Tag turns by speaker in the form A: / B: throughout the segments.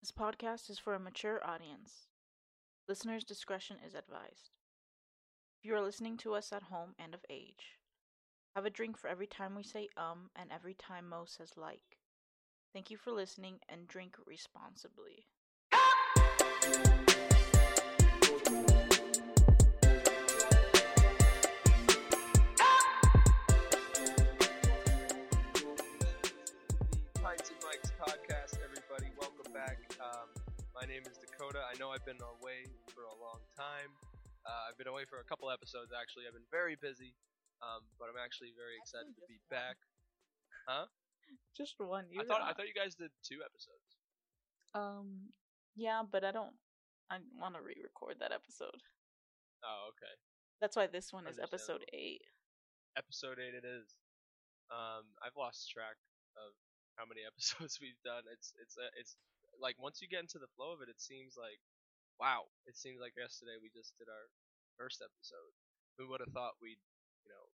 A: This podcast is for a mature audience. Listener's discretion is advised. If you are listening to us at home and of age, have a drink for every time we say um and every time Mo says like. Thank you for listening and drink responsibly.
B: Pints and Mike's podcast, everybody. Welcome back. Um, my name is Dakota. I know I've been away for a long time. Uh, I've been away for a couple episodes, actually. I've been very busy, um, but I'm actually very excited to
A: Actually,
B: be
A: just one.
B: back.
A: Just one.
B: I thought I thought you guys did two episodes.
A: um yeah, but I don't I want to re-record that episode.
B: Oh, okay.
A: That's why this one is episode
B: Understandable.
A: 8.
B: Episode eight, it is. Um, I've lost track of how many episodes we've done. It's it's uh, it's like once you get into the flow of it, it seems like wow. It seems like yesterday we just did our first episode. Who would have thought we'd you know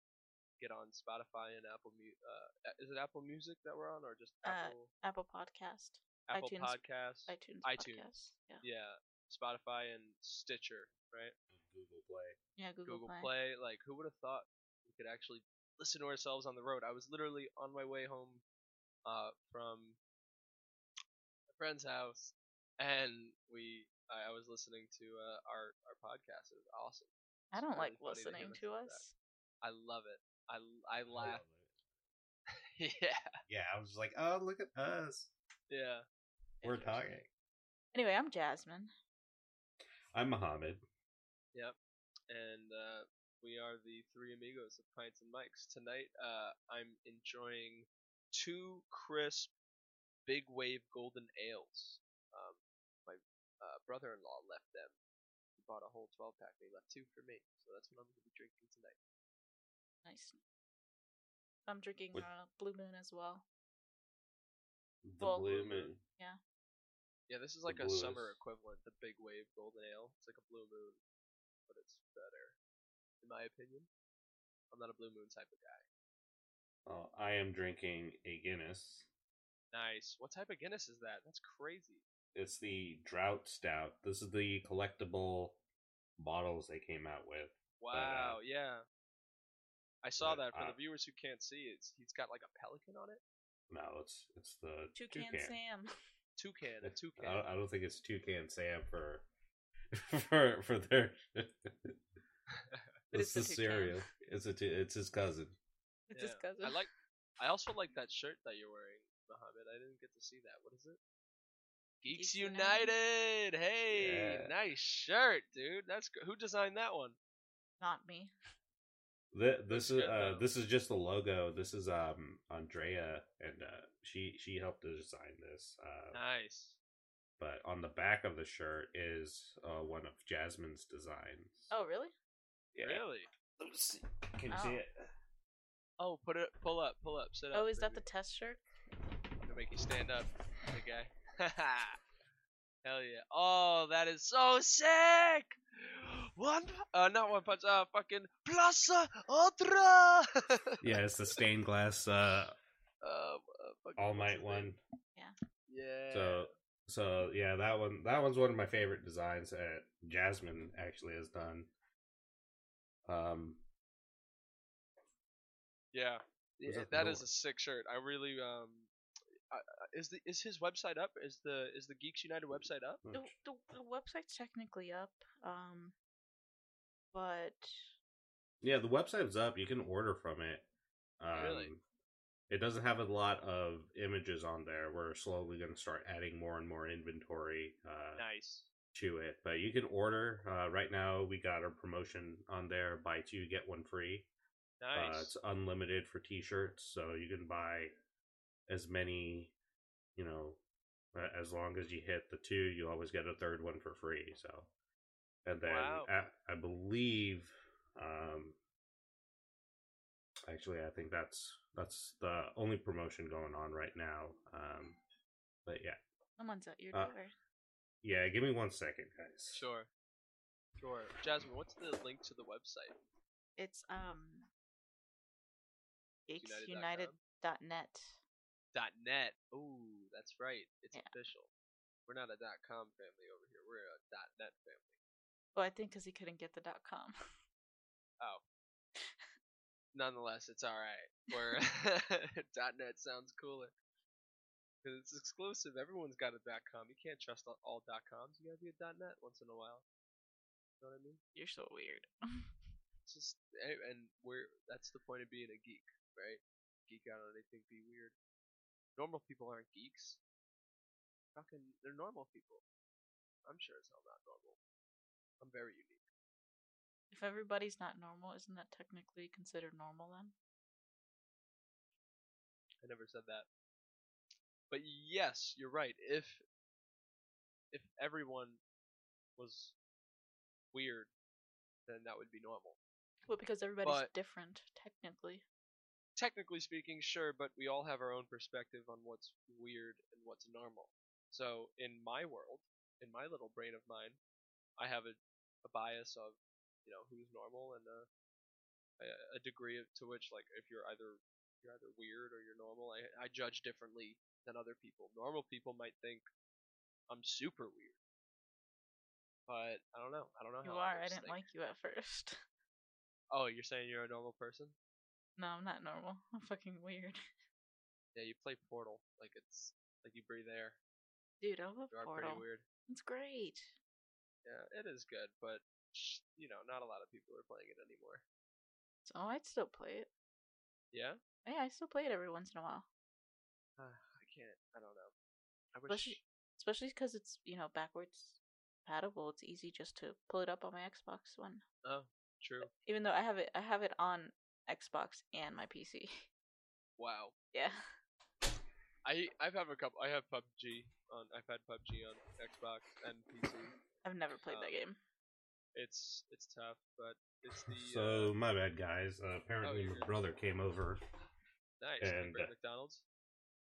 B: get on Spotify and Apple Mu- uh is it Apple Music that we're on or just
A: Uh,
B: Apple
A: Apple Podcast,
B: Apple
A: iTunes-
B: Podcasts?
A: iTunes,
B: iTunes.
A: Podcast. Yeah.
B: yeah, Spotify and Stitcher, right?
C: Google Play.
A: Yeah, Google,
B: Google, Play. Like, who would have thought we could actually listen to ourselves on the road? I was literally on my way home uh, from a friend's house, and we I, I was listening to uh, our our podcast. It was awesome.
A: I don't
B: It's
A: like
B: really funny to hear
A: listening to
B: myself
A: us.
B: back. I love it. I I
C: I
B: laugh.
C: love it.
B: yeah,
C: Yeah, I was just like, oh, look at us.
B: yeah.
C: We're
B: Interesting.
C: talking.
A: Anyway, I'm Jasmine.
C: I'm Mohammed.
B: Yep. And uh, we are the three amigos of Pints and Mics. Tonight, uh, I'm enjoying two crisp big wave golden ales. Um, my uh, brother in law left them. He bought a whole 12 pack, and he left two for me. So that's what I'm going to be drinking tonight.
A: Nice. I'm drinking
C: What-
A: uh, Blue Moon as well.
C: The
A: Well-
C: Blue Moon.
B: Yeah, this is like
C: The
B: a
C: blue
B: summer
C: is-
B: equivalent, the big wave golden ale. It's like a blue moon, but it's better, in my opinion. I'm not a blue moon type of guy.
C: Oh, I am drinking a Guinness.
B: Nice. What type of Guinness is that? That's crazy.
C: It's the Drought Stout. This is the collectible bottles they came out with.
B: Wow, yeah. I saw
C: but,
B: that for
C: uh,
B: the viewers who can't see. It's he's got like a pelican on it,
C: No, it's it's the
A: Toucan, Sam.
B: toucan, a toucan.
C: I don't, I don't think it's Toucan Sam for for for their.
A: it's
C: it's
A: a
C: the
A: toucan.
C: cereal. It's a tou- it's his cousin.
A: It's
B: Yeah.
A: his cousin.
B: I like. I also like that shirt that you're wearing, Mohammed. I didn't get to see that. What is it? Geeks,
A: Geeks
B: United.
A: United.
B: Hey,
C: Yeah.
B: nice shirt, dude. That's gr- who designed that one.
A: Not me.
C: Th- this is
B: good,
C: uh,
B: though.
C: this is just the logo. This is um Andrea, and uh, she she helped to design this. Uh,
B: Nice.
C: But on the back of the shirt is uh, one of Jasmine's designs.
A: Oh, really?
C: yeah.
B: Really?
C: Let me see. Can you
A: Oh.
C: see it?
B: Oh, put it. Pull up. Pull up. Sit up.
A: oh, is that the
B: baby.
A: test shirt?
B: I'm gonna make you stand up, big guy. Hell yeah! Oh, that is so sick. One, uh, not one punch. Uh, fucking uh, Plaza Ultra.
C: Yeah, it's the stained glass uh,
B: um, uh,
C: all night one.
B: Yeah.
C: So so yeah, that one that one's one of my favorite designs that Jasmine actually has done. Um,
B: yeah,
C: Who's
B: yeah
C: up
B: that is a
C: north?
B: sick shirt. I really um, I, I- is the is his website up? Is the is the Geeks United website up?
A: The, the, the website's technically up, um, but
C: Yeah, the website's up. You can order from it. Um,
B: Really?
C: It doesn't have a lot of images on there. We're slowly going to start adding more and more inventory uh,
B: Nice.
C: to it. But you can order. Uh, right now, we got a promotion on there buy two, get one free.
B: Nice.
C: Uh, it's unlimited for t shirts. So you can buy as many, you know, a- as long as you hit the two, you always get a third one for free. So, and then
B: Wow.
C: I, I believe, um, actually, I think that's that's the only promotion going on right now. Um, but yeah,
A: someone's at your
C: Uh,
A: door.
C: yeah. Give me one second, guys.
B: sure. Sure. Jasmine, what's the link to the website?
A: It's um,
B: Geeks United dot com?
A: geeksunited.net.
B: dot net. Ooh, that's right. It's
A: Yeah.
B: official. We're not a dot com family over here. We're a dot net family.
A: Well, I think because he couldn't get the dot com.
B: Oh. Nonetheless, it's all right. We're dot net sounds cooler. 'Cause it's exclusive. Everyone's got a dot com. You can't trust all, all dot coms. You gotta be a dot net once in a while. You know what I mean?
A: You're so weird.
B: It's just and and we're that's the point of being a geek, right? Geek out on anything, be weird. Normal people aren't geeks. Fucking, they're normal people. I'm sure as hell not normal. I'm very unique.
A: if everybody's not normal, isn't that technically considered normal then?
B: I never said that. But yes, you're right. If if everyone was weird, then that would be normal.
A: Well, because everybody's
B: But-
A: different, technically.
B: technically speaking, sure, but we all have our own perspective on what's weird and what's normal. So in my world, in my little brain of mine, I have a, a bias of, you know, who's normal and a, a- a degree of, to which, like, if you're either you're either weird or you're normal, I, I judge differently than other people. Normal people might think I'm super weird, but I don't know. I don't know
A: You
B: how
A: are. I
B: others
A: didn't
B: think.
A: like you at first.
B: Oh, you're saying you're a normal person?
A: No, I'm not normal. I'm fucking weird.
B: Yeah, you play Portal like it's like you breathe air.
A: Dude, I love
B: They are
A: Portal.
B: pretty weird.
A: It's great.
B: Yeah, it is good, but sh- you know, not a lot of people are playing it anymore.
A: So Oh, I'd still play it.
B: Yeah,
A: Yeah, I still play it every once in a while.
B: uh, I can't. I don't know. I wish.
A: Especially, especially because it's, you know, backwards compatible. It's easy just to pull it up on my Xbox One.
B: Oh, true.
A: Even though I have it, I have it on Xbox and my PC.
B: Wow.
A: yeah.
B: I I have a couple. I have PUBG on. I've had PUBG on Xbox and PC.
A: I've never played
B: Um,
A: that game.
B: It's it's tough, but it's the
C: So
B: uh,
C: my bad, guys. Uh, apparently,
B: you're
C: my
B: good.
C: brother came over.
B: nice. the
C: and,
B: Great
C: uh,
B: McDonald's.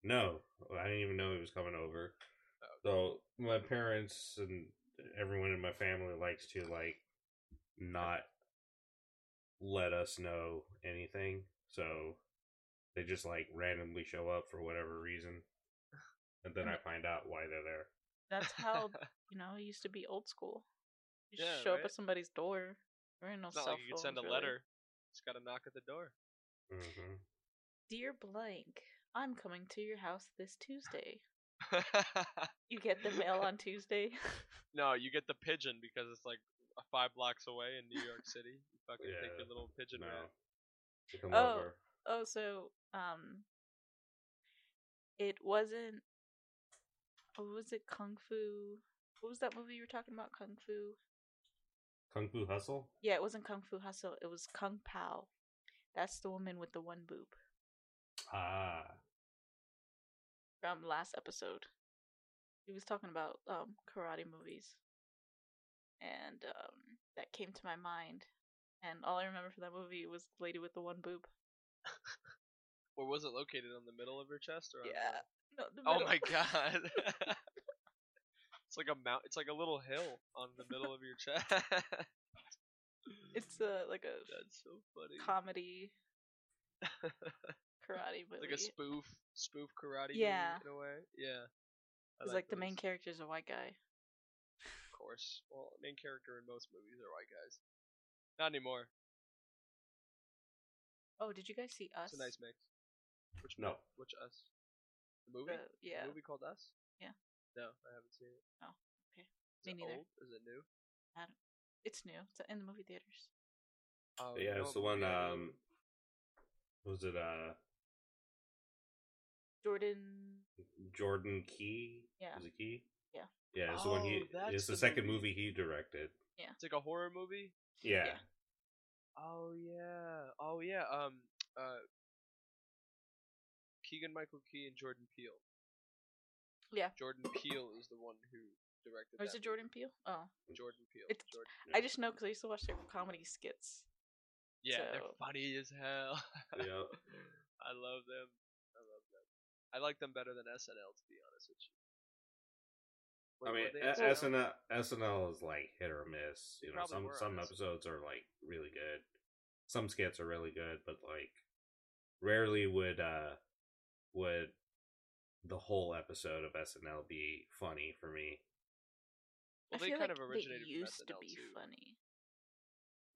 C: No, I didn't even know he was coming over. So my parents and everyone in my family likes to like not let us know anything. So they just like randomly show up for whatever reason, and then I find out why they're there.
A: That's how you know it used to be old school. You just
B: Yeah,
A: show up
B: right?
A: at somebody's door. There ain't no
B: it's not
A: cell
B: like you could
A: phones,
B: send a
A: really.
B: letter. Just got to knock at the door.
C: hmm
A: Dear blank, I'm coming to your house this Tuesday. You get the mail on Tuesday.
B: no, you get the pigeon because it's like five blocks away in New York City. You fucking take
C: Yeah,
B: your little pigeon
C: No,
B: route.
C: They come
A: Oh.
C: over.
A: oh, so um, it wasn't. What was it? Kung Fu. What was that movie you were talking about? Kung Fu.
C: Kung Fu Hustle.
A: Yeah, it wasn't Kung Fu Hustle. It was Kung Pao. That's the woman with the one boob
C: Ah,
A: from last episode. He was talking about um karate movies, and um that came to my mind. And all I remember from that movie was the lady with the one boob.
B: Or was it located on the middle of her chest or on
A: Yeah,
B: the-
A: No, the
B: Oh
A: middle.
B: my god. it's like a mount it's like a little hill on the middle of your chest.
A: It's uh, like a
B: That's so funny.
A: comedy karate movie.
B: like a spoof spoof karate movie
A: Yeah.
B: in a way. Yeah. I
A: It's like, the main
B: those,
A: character's a white guy.
B: of course. Well, main character in most movies are white guys. Not anymore.
A: Oh, did you guys see Us?
B: It's a nice mix. Which
C: No.
B: mo- which us? The movie?
A: The- yeah,
B: The movie called Us?
A: Yeah.
B: No, I haven't seen it.
A: Oh, okay.
B: Is
A: Me
B: it
A: neither.
B: old? Is it new?
A: it's new. It's in the movie theaters.
B: Oh, you
C: yeah,
B: know what
C: it's the one.
B: movie I know?
C: Um, was it uh
A: Jordan.
C: Jordan Key?
A: Yeah.
C: Is it Key?
A: Yeah.
C: Yeah, it's the one he.
B: Oh, that's
C: It's the,
B: the
C: second
B: movie.
C: movie he directed.
B: It's like a horror movie.
C: Yeah.
A: Yeah.
B: Oh yeah. Oh yeah. Um uh Keegan Michael Key and Jordan Peele.
A: Yeah.
B: Jordan Peele is the one who directed
A: Or is
B: that
A: it Jordan Peele? Oh,
B: movie. Jordan Peele.
A: It's-
B: Jordan.
A: I just know because I used to watch their comedy skits.
B: Yeah, they're
A: so-
B: funny as hell.
C: Yeah.
B: I love them. I love them. I like them better than SNL to be honest with you.
C: I
B: Wait,
C: mean,
B: were they
C: A-
B: SNL?
C: SNL SNL is like hit or miss. You know,
B: probably
C: some
B: were on
C: some
B: SNL.
C: episodes are like really good. Some skits are really good, but like rarely would uh would the whole episode of SNL be funny for me.
A: I
B: Well, they
A: feel
B: kind
A: like
B: of originated
A: they used
B: from
A: to
B: SNL
A: be
B: too.
A: funny.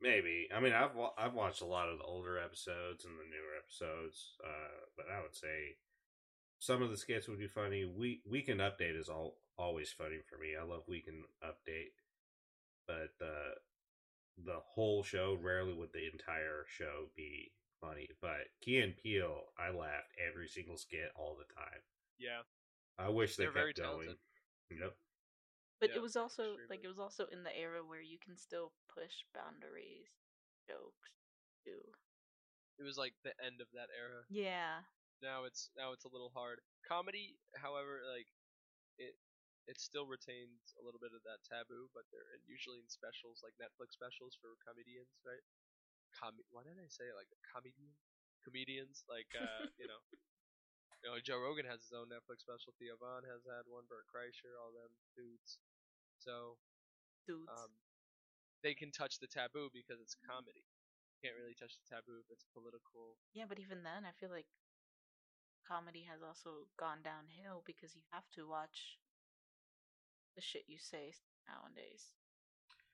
C: Maybe. I mean, I've wa- I've watched a lot of the older episodes and the newer episodes, uh, but I would say some of the skits would be funny. We Weekend Update is all always funny for me. I love Weekend Update, but the the whole show rarely would the entire show be funny. But Key and Peele, I laughed every single skit all the time.
B: Yeah,
C: I wish they
B: They're
C: kept
B: very
C: going.
B: talented.
C: Yep.
A: But
B: Yeah,
A: it was also like
B: extremely.
A: it was also in the era where you can still push boundaries, jokes, do.
B: it was like the end of that era.
A: Yeah.
B: Now it's now it's a little hard. Comedy, however, like it it still retains a little bit of that taboo, but they're in- usually in specials like Netflix specials for comedians, right? Com- why did I say it like that? comedian? Comedians like uh, you know, you know, Joe Rogan has his own Netflix special. Theo Von has had one. Bert Kreischer, all them dudes. So
A: Dudes.
B: um, they can touch the taboo because it's comedy. Can't really touch the taboo if it's political.
A: yeah, but even then I feel like comedy has also gone downhill because you have to watch the shit you say nowadays.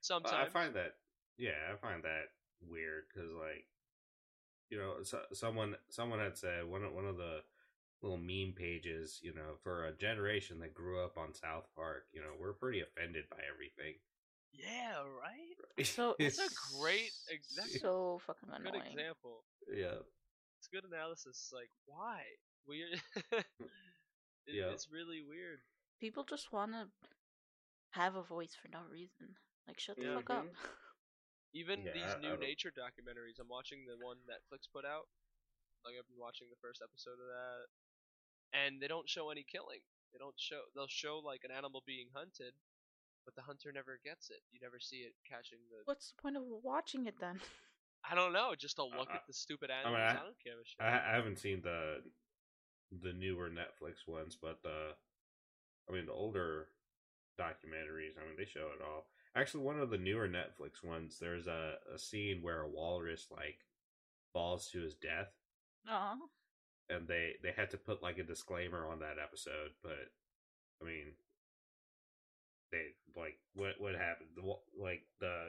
C: Well, I
B: Sometimes
C: find that, yeah, I find that weird because, like, you know, so, someone someone had said one of, one of the little meme pages, you know, for a generation that grew up on South Park, you know, we're pretty offended by everything.
B: yeah, right.
A: So
B: That's a great. ex- That's a
A: so fucking
B: good
A: annoying.
B: example.
C: yeah,
B: It's good analysis. Like why we? it,
C: Hmm. Yeah.
B: It's really weird.
A: People just want to have a voice for no reason. Like shut the fuck up.
C: Mhm.
B: Mm-hmm. Even
C: Yeah,
B: these
C: I- I
B: new
C: don't-
B: nature documentaries. I'm watching the one Netflix put out. Like I've been watching the first episode of that, and they don't show any killing. They don't show. They'll show like an animal being hunted, but the hunter never gets it. You never see it catching the.
A: What's the point of watching it then?
B: I don't know. Just to look
C: I-
B: at the stupid animals. I,
C: I-
B: don't give a shit.
C: I, I haven't seen the the newer Netflix ones, but the I mean the older documentaries. I mean they show it all. Actually, one of the newer Netflix ones, there's a, a scene where a walrus like falls to his death,
A: No.
C: and they they had to put like a disclaimer on that episode. But I mean, they like what what happened? The, wa- like the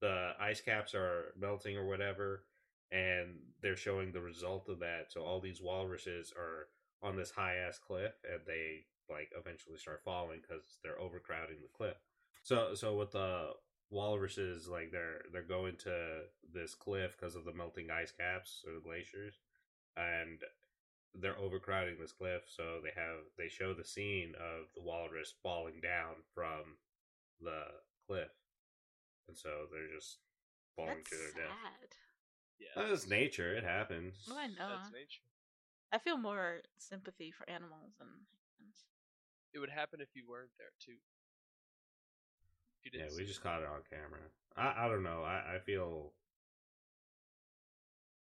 C: the ice caps are melting or whatever, and they're showing the result of that. So all these walruses are on this high ass cliff, and they like eventually start falling because they're overcrowding the cliff. So so with the walruses, like they're they're going to this cliff because of the melting ice caps or the glaciers, and they're overcrowding this cliff. So they have they show the scene of the walrus falling down from the cliff, and so they're just falling
A: That's
C: to their death.
A: sad.
B: yeah,
C: That is nature. It happens.
A: No, I know.
B: that's nature.
A: I feel more sympathy for animals and humans.
B: It would happen if you weren't there too. If you
C: Yeah,
B: didn't
C: we
B: see
C: just
B: it.
C: caught it on camera. I, I don't know. I, I feel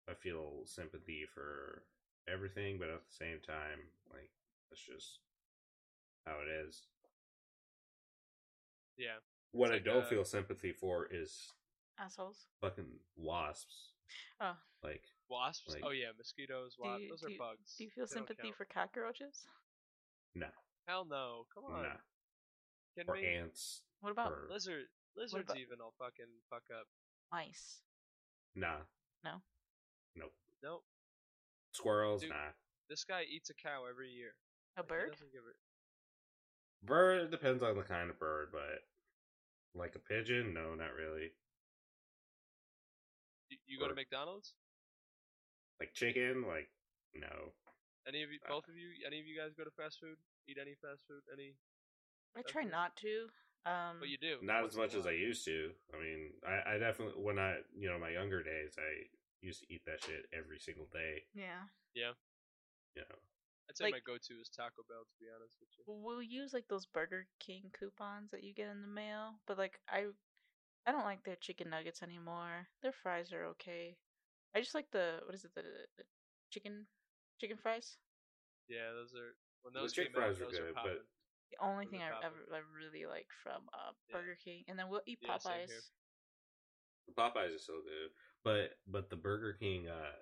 C: I feel sympathy for everything, but at the same time, like that's just how it is.
B: Yeah, It's
C: What I
B: like,
C: don't
B: uh,
C: feel sympathy for is
A: Assholes.
C: fucking wasps.
A: Oh.
C: Like
B: wasps.
C: Like-
B: oh yeah, mosquitoes.
A: Do
B: Wasps.
A: you-
B: Those
A: do
B: are
A: you-
B: bugs.
A: Do you feel
B: They don't
A: sympathy
B: count.
A: for cockroaches?
C: no,
B: Hell no! Come on,
C: nah.
B: kidding
C: Or
B: me?
C: ants.
A: What about
C: or
B: Lizard, lizards
A: about-
B: even. I'll fucking fuck up.
A: mice?
C: nah.
A: No.
C: Nope.
B: Nope.
C: Squirrels.
B: Dude.
C: Nah.
B: This guy eats a cow every year.
A: A
B: Like, he
A: bird?
B: doesn't give a-
C: Bird it depends on the kind of bird, but like a pigeon, no, not really.
B: You, you go to
C: Or-
B: McDonald's?
C: Like chicken, like no.
B: Any of you?
C: Uh,
B: Both of you? Any of you guys go to fast food? Eat any fast food? Any?
A: I try
B: Okay.
A: not to. Um,
B: But you do.
C: Not
B: once
C: as
B: in a
C: much as I
B: while.
C: used to. I mean, I, I definitely when I you know my younger days, I used to eat that shit every single day.
A: yeah,
C: You know,
B: I'd say
A: like-
B: my go-to is Taco Bell. To be honest with you.
A: we'll use like those Burger King coupons that you get in the mail. But like I, I don't like their chicken nuggets anymore. Their fries are okay. I just like the what is it the, the chicken chicken fries.
B: Yeah, those are when
C: The
B: those
C: chick
B: came out.
C: fries were
B: Those are
C: good, but-
B: popping.
A: The only
B: From the
A: thing I
B: Papa-
A: ever I really like from uh,
B: Yeah.
A: Burger King, and then we'll eat
B: Yeah, same here.
A: Popeyes.
C: Popeyes is so good, but but the Burger King uh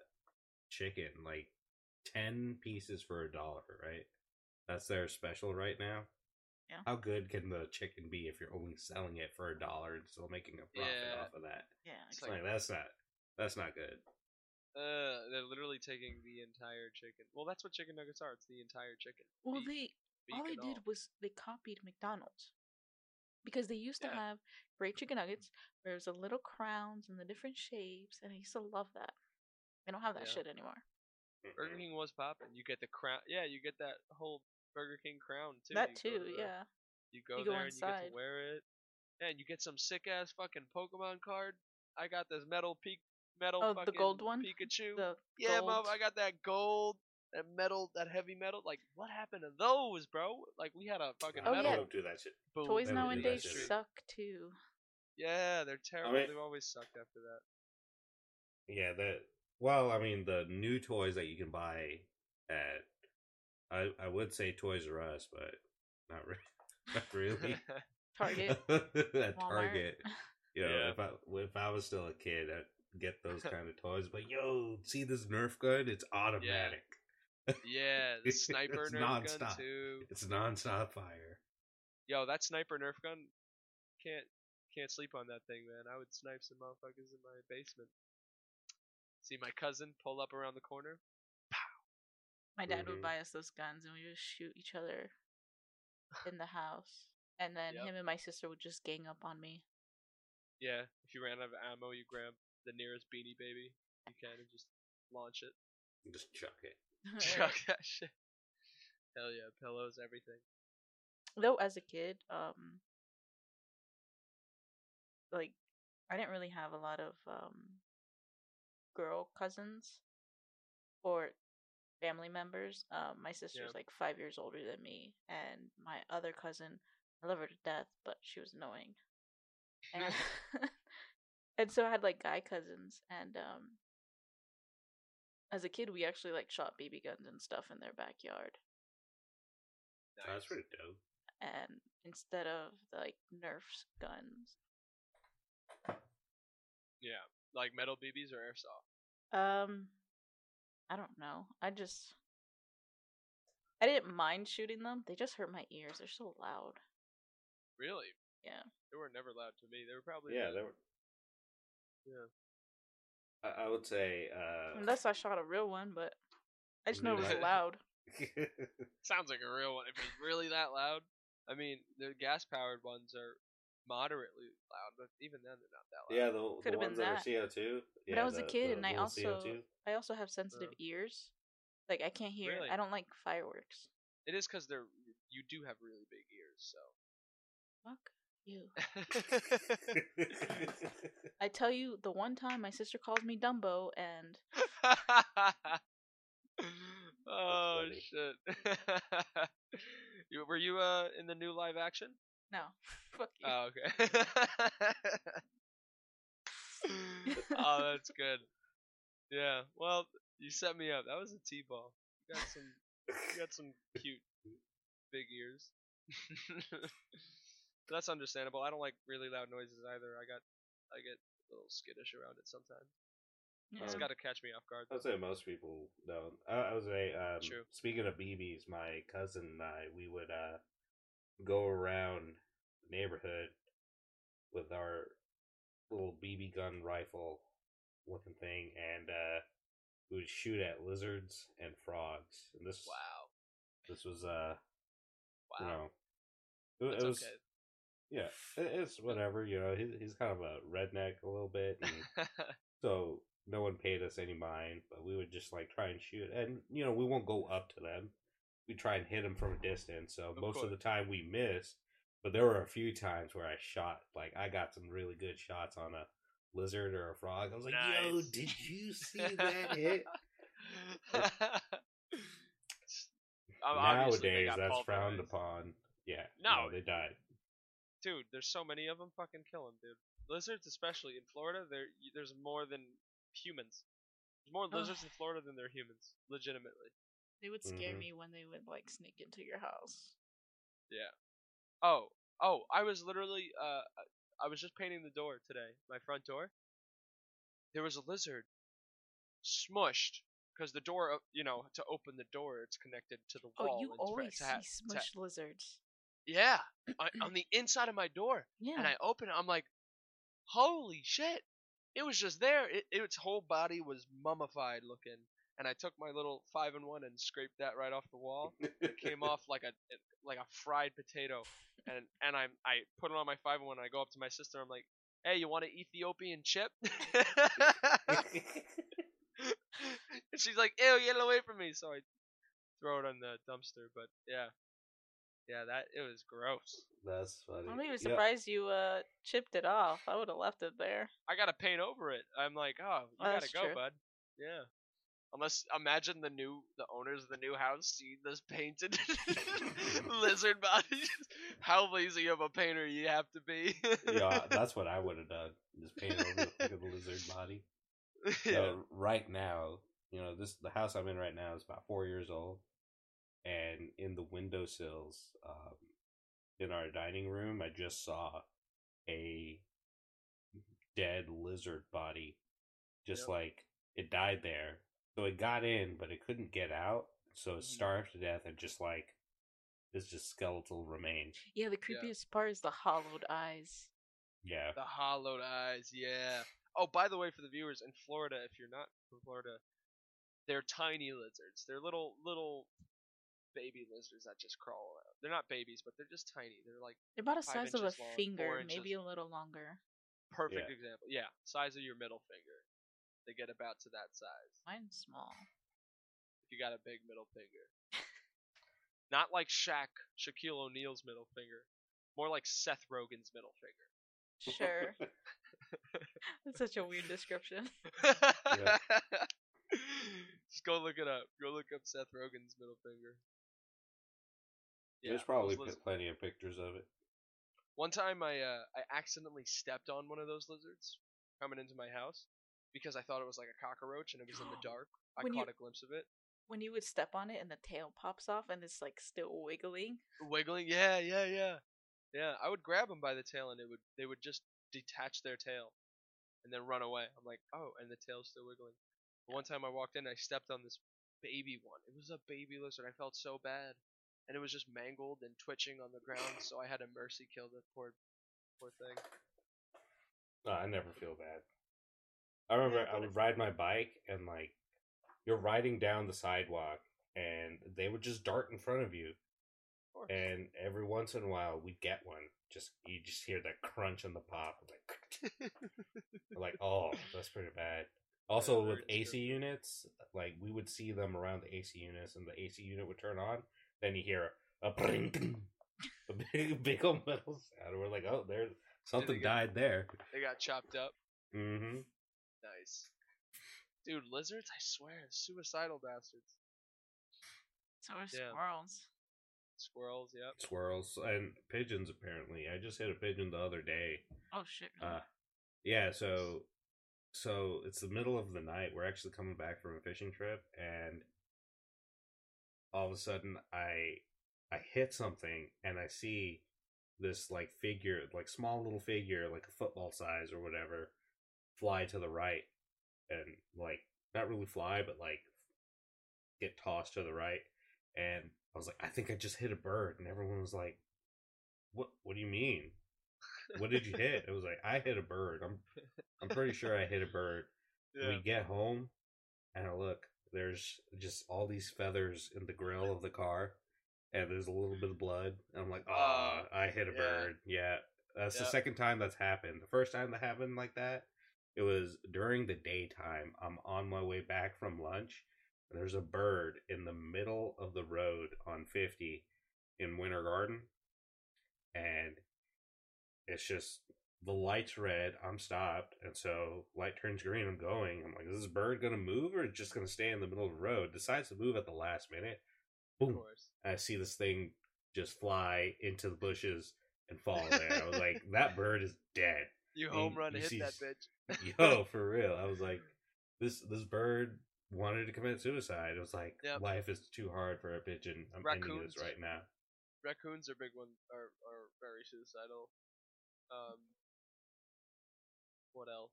C: chicken like ten pieces for a dollar, right? That's their special right now.
A: Yeah.
C: How good can the chicken be if you're only selling it for a dollar and still making a profit
B: Yeah.
C: off of that?
A: Yeah.
B: It's
C: It's
A: exactly.
C: like, that's not that's not good.
B: Uh, they're literally taking the entire chicken. Well, that's what chicken nuggets are. It's the entire chicken.
A: well,
B: Beef-
A: they
B: beak
A: all they
B: and
A: did was they copied McDonald's because they used to
B: Yeah. Mm-hmm.
A: have great chicken nuggets where it was the little crowns and the different shapes, and I used to love that. They don't have that
B: Yeah.
A: shit anymore.
B: Burger King was popping. You get the crown. Yeah, you get that whole Burger King crown too.
A: that
B: You go
A: too,
B: to the-
A: yeah.
B: You go
A: You go
B: there and you get
A: inside.
B: to wear it. Yeah, and you get some sick ass fucking Pokemon card. I got this metal peak metal
A: Oh, the
B: fucking
A: gold one?
B: Pikachu.
A: The
B: yeah, mom,
A: gold-
B: I got that gold, that metal, that heavy metal. Like, what happened to those, bro? Like, we had a fucking
A: Oh,
B: metal
A: yeah.
C: Don't do that shit.
B: boom.
A: toys
C: they would do that
A: nowadays
C: shit.
A: suck too.
B: Yeah, they're terrible.
C: mean-
B: They've always sucked after that.
C: Yeah, that. Well, I mean, the new toys that you can buy at, I I would say Toys R Us, but not really. Not really.
A: Target,
C: at
A: Walmart.
C: Target. You know,
B: Yeah.
C: if I if I was still a kid, I'd get those kind of toys. But yo, see this Nerf gun? It's automatic.
B: yeah, the
C: It's
B: sniper Nerf gun
C: nonstop.
B: too.
C: It's nonstop fire.
B: Yo, that sniper Nerf gun can't can't sleep on that thing, man. I would snipe some motherfuckers in my basement. See my cousin pull up around the corner.
A: my dad
C: Mhm.
A: would buy us those guns, and we would shoot each other in the house. And then
B: Yep.
A: him and my sister would just gang up on me.
B: Yeah, if you ran out of ammo, you grab the nearest beanie baby you can and just launch it.
C: Just chuck it.
B: Chuck that shit. Hell yeah, pillows, everything.
A: though as a kid um like i didn't really have a lot of um girl cousins or family members um my sister's
B: Yeah.
A: like five years older than me and my other cousin i love her to death but she was annoying and and so i had like guy cousins and um as a kid we actually like shot bb guns and stuff in their backyard
C: That's
B: Nice.
C: pretty dope.
A: and instead of like Nerf's guns.
B: Yeah, like metal BBs or airsoft.
A: Um, I don't know. I just I didn't mind shooting them. They just hurt my ears. They're so loud.
B: Really?
A: Yeah.
B: They were never loud to me. They were probably
C: Yeah,
B: about-
C: that. Were...
B: Yeah.
C: I, I would say. uh
A: Unless I shot a real one, but I just know it was
B: Yeah.
A: loud.
B: Sounds like a real one. If it's really that loud, I mean, the gas powered ones are moderately loud, but even then they're not that loud.
C: Yeah, the, the
A: Could've been
C: ones that,
A: that.
C: are CO2.
A: But I
C: Yeah,
A: was a
C: the-
A: kid
C: the
A: and I
C: little
A: also- I also have sensitive
B: Uh.
A: ears. Like I can't hear.
B: Really?
A: I don't like fireworks.
B: It is because they're you do have really big ears, so.
A: Fuck you.
C: CO2.
A: I tell you, the one time my sister calls me Dumbo, and
B: oh
C: funny.
B: shit! you, were you uh in the new live action?
A: no, fuck you.
B: Oh okay. oh, that's good. Yeah. Well, you set me up. That was a T-ball. You got some. You got some cute big ears. But that's understandable. I don't like really loud noises either. I got I get a little skittish around it sometimes. It's
C: Um,
A: Yeah.
B: got to catch me off guard.
C: I'd say most people don't. I, I would say, um,
B: True.
C: speaking of BBs, my cousin and I, we would uh, go around the neighborhood with our little BB gun rifle looking thing, and uh, we would shoot at lizards and frogs. And this,
B: Wow.
C: this was, uh, you
B: Wow.
C: know, it, it
B: That's
C: was,
B: okay.
C: yeah, it, it's whatever. You know, he, he's kind of a redneck a little bit. And, So no one paid us any mind, but we would just like try and shoot, and you know we won't go up to them. We try and hit them from a distance. So most
B: course.
C: of the time we missed, but there were a few times where I shot. Like I got some really good shots on a lizard or a frog. I was like, "Yo,
B: Nice.
C: did you see that hit?"
B: Um, obviously they
C: Nowadays,
B: got
C: that's frowned
B: pulverized.
C: upon. Yeah,
B: No.
C: they died.
B: Dude, there's so many of them. Fucking kill them, dude. Lizards, especially in Florida, there y- there's more than humans. There's more lizards in Florida than there are humans, legitimately.
A: They would scare
C: Mhm.
A: me when they would like sneak into your house.
B: Yeah. Oh, oh, I was literally, uh, I was just painting the door today, my front door. There was a lizard smushed because the door, o- you know, to open the door, it's connected to the wall.
A: Oh, you
B: and to-
A: always
B: to
A: see
B: ha- to ha-
A: smushed lizards.
B: yeah, on, on the inside of my door,
A: Yeah.
B: and I open it. I'm like, holy shit! It was just there. It, its whole body was mummified looking, and I took my little five and one and scraped that right off the wall. It came off like a eh, like a fried potato, and and I I put it on my five and one. And I go up to my sister. I'm like, hey, you want an Ethiopian chip? and she's like, "Ew, get it away from me!" So I throw it on the dumpster. But yeah, yeah, that it was gross.
C: That's funny.
A: I'm not even
C: Yeah.
A: surprised you uh chipped it off. I would have left it there.
B: I gotta paint over it. I'm like, "Oh, you
A: Oh,
B: gotta
A: that's
B: go,
A: true.
B: bud." Yeah. Unless, imagine the new, the owners of the new house see this painted lizard body. How lazy of a painter you have to be.
C: yeah, that's what I would have done. Just paint over the fucking lizard body.
B: Yeah.
C: So right now, you know, this the house I'm in right now is about four years old, and in the windowsills, um, in our dining room, I just saw a dead lizard body, just
B: Yep.
C: like it died there. So it got in, but it couldn't get out, so
B: Mhm.
C: it starved to death and just like it's just skeletal remains.
A: Yeah, the creepiest part is the hollowed eyes.
C: Yeah,
B: The hollowed eyes, yeah. Oh, by the way, for the viewers in Florida, if you're not from Florida, they're tiny lizards. They're little little baby lizards that just crawl around. They're not babies, but they're just tiny. They're like
A: They're about the
B: Five
A: size of a
B: inches long, four
A: finger,
B: inches.
A: maybe a little longer.
B: perfect
C: Yeah.
B: example. Yeah, size of your middle finger. They get about to that size.
A: Mine's small.
B: If you got a big middle finger. not like Shaq, Shaquille O'Neal's middle finger. More like Seth Rogen's middle finger.
A: Sure. That's such a weird description.
B: Just go look it up. Go look up Seth Rogen's middle finger.
C: there's
B: those
C: probably
B: liz-
C: plenty of pictures of it.
B: one time I uh, I accidentally stepped on one of those lizards coming into my house because I thought it was like a cockroach and it was in the dark. I
A: When you-
B: caught a glimpse of it
A: When you would step on it and the tail pops off and it's like still wiggling.
B: wiggling. Yeah, yeah, yeah, yeah. I would grab them by the tail and it would they would just detach their tail and then run away. I'm like, oh, and the tail's still wiggling. But one time I walked in, I stepped on this baby one. It was a baby lizard. I felt so bad, and it was just mangled and twitching on the ground. So I had to mercy kill the poor, poor thing.
C: No, I never feel bad. I remember I would ride my bike and like you're riding down the sidewalk and they would just dart in front of you
B: Of course.
C: and every once in a while we'd get one. Just you just hear that crunch and the pop like I'm like oh that's pretty bad. Also with
B: very
C: AC units, like we would see them around the AC units and the AC unit would turn on, then you hear a pring a big big old metal sound. We're like, oh there something
B: go?
C: died there.
B: They got chopped up.
C: Mm-hmm.
B: Nice. Dude, lizards, I swear, suicidal bastards.
A: So are
B: Yeah.
A: squirrels.
B: Squirrels, yep.
C: squirrels and pigeons apparently i just hit a pigeon the other day
A: Oh shit. really?
C: uh yeah so so it's the middle of the night we're actually coming back from a fishing trip and all of a sudden i i hit something and i see this like figure like small little figure like a football size or whatever fly to the right and like not really fly but like get tossed to the right and i was like i think i just hit a bird and everyone was like what what do you mean what did you hit it was like i hit a bird i'm i'm pretty sure i hit a bird we get home and I look, there's just all these feathers in the grill of the car and there's a little bit of blood. And I'm like, ah, I hit a
B: yeah.
C: bird. Yeah. That's the
B: Yeah.
C: second time that's happened. The first time that happened like that, it was during the daytime. I'm on my way back from lunch. And there's a bird in the middle of the road on 50 in Winter Garden. And it's just the light's red. I'm stopped, and so light turns green. I'm going. I'm like, is this bird gonna move or just gonna stay in the middle of the road? Decides to move at the last minute.
B: of
C: Boom!
B: course.
C: I see this thing just fly into the bushes and fall there. I was like, that bird is dead.
B: You
C: Mm,
B: home run
C: you
B: hit
C: see
B: that
C: s-
B: bitch.
C: Yo, for real. I was like, this this bird wanted to commit suicide. It was like,
B: Yep.
C: life is too hard for a pigeon. I'm ending
B: Raccoons.
C: this right now.
B: Raccoons are big one are
A: Mm.
B: are very suicidal. Um what else?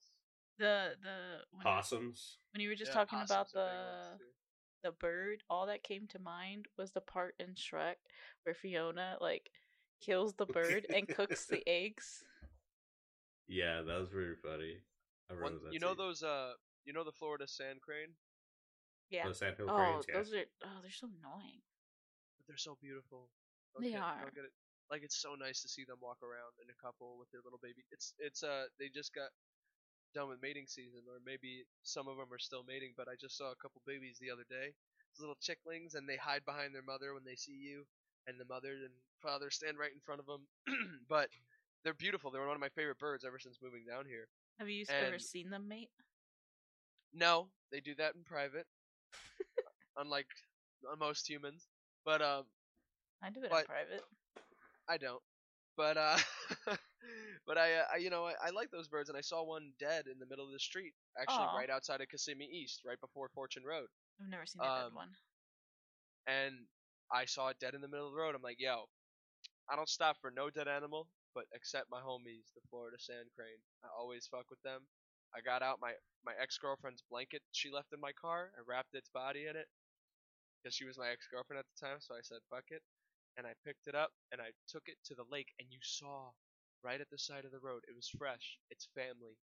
A: the the when, you-
C: Possums.
A: when you were just
B: Yeah,
A: talking
B: possums
A: about
B: are
A: the
B: big ones, too.
A: the bird, all that came to mind was the part in Shrek where Fiona like kills the bird and cooks the eggs.
C: Yeah, that was pretty funny. I
B: One-
C: remember that.
B: you know
C: scene.
B: those uh you know the Florida sand crane?
A: Yeah.
C: Oh, Sandhill
A: oh,
C: Cranes, yeah.
A: those are oh, they're so annoying.
B: But they're so beautiful.
A: They
B: get-
A: are.
B: don't get it. Like it's so nice to see them walk around in a couple with their little baby. It's it's uh they just got done with mating season, or maybe some of them are still mating. But I just saw a couple babies the other day, These little chicklings, and they hide behind their mother when they see you, and the mother and father stand right in front of them. but they're beautiful. They were one of my favorite birds ever since moving down here.
A: Have you s- ever
B: And-
A: seen them, mate?
B: No, they do that in private, unlike uh, most humans. But um,
A: I do it in
B: But-
A: private.
B: I don't. But uh, but I, uh, I you know I, I like those birds, and I saw one dead in the middle of the street, actually
A: Aw.
B: right outside of Kissimmee East, right before Fortune Road,
A: I've never seen a dead
B: Um,
A: one.
B: and I saw it dead in the middle of the road. I'm like, yo, I don't stop for no dead animal, but except my homies, the Florida sand crane. I always fuck with them. I got out my my ex girlfriend's blanket she left in my car. I wrapped its body in it because she was my ex girlfriend at the time. So I said, fuck it. And I picked it up and I took it to the lake. And you saw right at the side of the road, it was fresh. Its family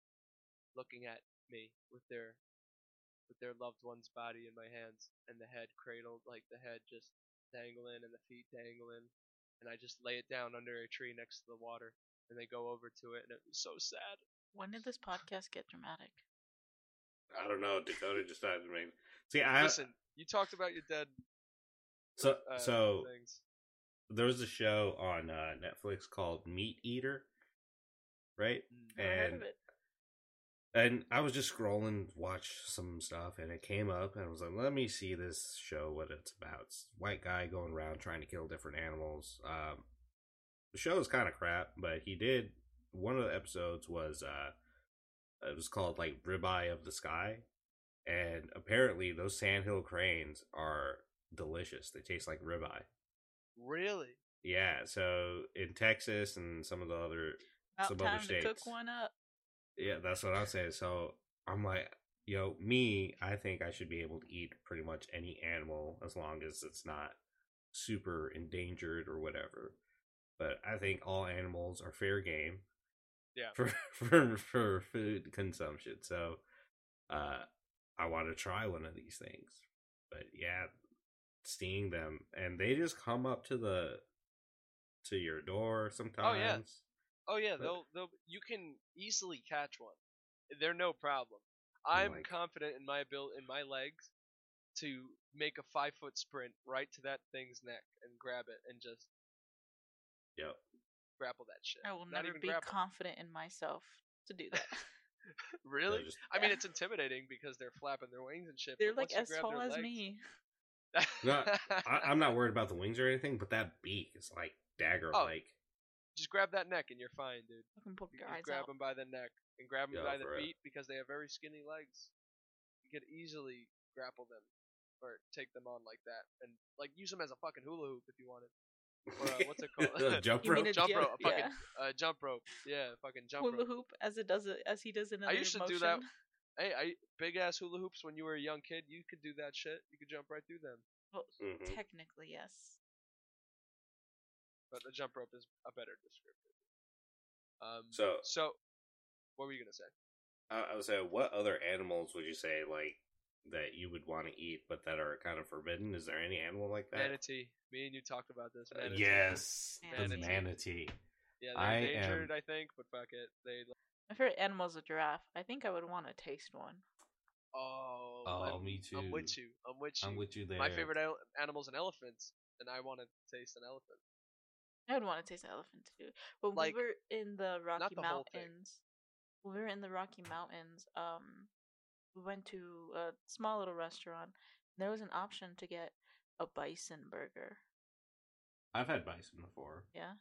B: looking at me with their with their loved one's body in my hands and the head cradled like the head just dangling and the feet dangling and i just lay it down under a tree next to the water and they go over to it and it was so sad
A: When did this podcast get dramatic?
C: I don't know. Dakota just started to make. See, I
B: listen you talked about your dead
C: so
B: uh,
C: so
B: things
C: there was a show on uh, Netflix called Meat Eater, right?
B: Mm.
A: Never heard
C: And-
A: of it.
C: And I was just scrolling, watch some stuff, and it came up, and I was like, "Let me see this show, what it's about." It's a white guy going around trying to kill different animals. Um, the show is kind of crap, but he did one of the episodes was uh, it was called like Ribeye of the Sky, and apparently those sandhill cranes are delicious. They taste like ribeye.
B: really
C: Yeah, so in Texas and some of the other
A: About
C: some other
A: time to cook
C: states.
A: one up.
C: yeah, that's what I'm saying. So I'm like, yo, me, I think I should be able to eat pretty much any animal as long as it's not super endangered or whatever. But I think all animals are fair game.
B: Yeah.
C: For for for food consumption. So uh I want to try one of these things. But yeah, seeing them and they just come up to the to your door sometimes.
B: oh yeah
C: But-
B: they'll they'll you can easily catch one they're no problem i'm
C: like-
B: confident in my abil in my legs to make a five foot sprint right to that thing's neck and grab it and just
C: Yep.
B: grapple that shit
A: I will
B: Not
A: never
B: even
A: be
B: grapple.
A: confident in myself to do that.
C: They'll
B: Really?
C: just-
B: I mean,
A: Yeah.
B: it's intimidating because they're flapping their wings and shit.
A: They're
B: but
A: like
B: once you
A: as
B: grab
A: tall
B: their
A: as
B: legs-
A: me.
C: No, I, I'm not worried about the wings or anything, but that beak is like dagger like.
B: Just grab that neck and you're fine, dude.
A: Fucking poke
B: You
A: your
B: can
A: eyes
B: grab
A: out.
B: them by the neck and grab them
C: Yeah,
B: by the
C: for real.
B: feet because they have very skinny legs. You could easily grapple them or take them on like that and like use them as a fucking hula hoop if you wanted.
C: Oh,
B: Or, uh, what's it called?
C: A jump
A: You mean
C: rope.
A: a
B: jump
A: jump-
B: rope, a fucking
A: yeah.
B: uh, jump rope. Yeah, fucking jump
A: hula
B: rope.
A: hoop as it does it as he does in another
B: used to
A: motion.
B: do that Hey, I big ass hula hoops when you were a young kid. You could do that shit. You could jump right through them.
A: Well,
B: Mm-hmm.
C: Mhm.
A: Technically, yes.
B: but the jump rope is a better descriptor. Um, so,
C: So
B: what were you gonna say?
C: I, I would say, what other animals would you say like that you would want to eat, but that are kind of forbidden? Is there any animal like that?
B: Manatee. Me and you talked about this.
C: Uh,
B: Manatee.
C: yes, the
A: Manatee.
C: manatee.
B: Yeah,
C: I
B: they're endangered,
C: am-
B: I think, but fuck it. They. like-
A: My favorite animal is a giraffe. I think I would want to taste one.
B: Oh.
C: Oh,
B: I'm,
C: me too.
B: I'm with you. I'm with you.
C: I'm with you there.
B: My favorite al- animal's an elephant, and I want to taste an elephant.
A: I would want to taste an elephant too. When
B: Like,
A: we were in the Rocky
B: the whole thing.
A: Mountains, when we were in the Rocky Mountains, um, we went to a small little restaurant. And there was an option to get a bison burger.
C: I've had bison before.
A: Yeah,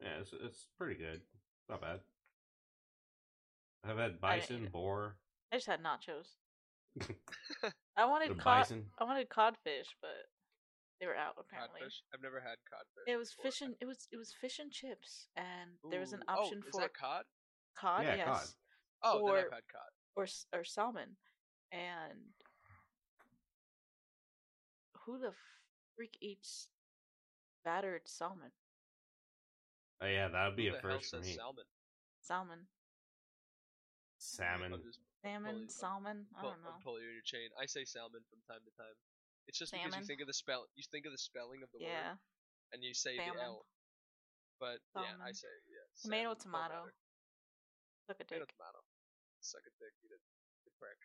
C: Yeah, it's it's pretty good. Not bad. I've had
A: I didn't eat
C: bison,
A: it.
C: boar,
A: I just had nachos.
B: Apparently.
A: I
C: the
A: wanted cod.
C: bison.
A: I wanted codfish, but they were out apparently.
B: Codfish. I've never had codfish.
A: It was
B: before.
A: fish and it was it was fish and chips, and there was an
B: Ooh,
A: option
B: oh,
A: for
B: Is that cod?
A: cod.
C: Yeah,
A: yes,
C: cod.
B: Oh,
A: Or-
B: then I've had cod.
A: or s- or salmon, and who the freak eats battered salmon?
C: Oh yeah, that would be
B: Who
C: a
B: the hell
C: first for
B: says
C: me.
B: salmon?
A: Salmon,
C: Salmon.
B: I'm just
A: salmon,
B: Probably-
A: salmon. I
B: pull,
A: don't
B: I'm
A: know.
B: pulling you in your chain. I say salmon from time to time. It's just because
A: Salmon.
B: you think of the spell, you think of the spelling of the
A: Yeah,
B: word, and you say
A: salmon.
B: the L. But yeah,
A: Salmon.
B: I say yeah.
A: Tomato,
B: salmon, don't
A: tomato.
B: matter.
A: Look at
B: Tomato,
A: dick.
B: tomato. Suck a dick, eat a dick prick.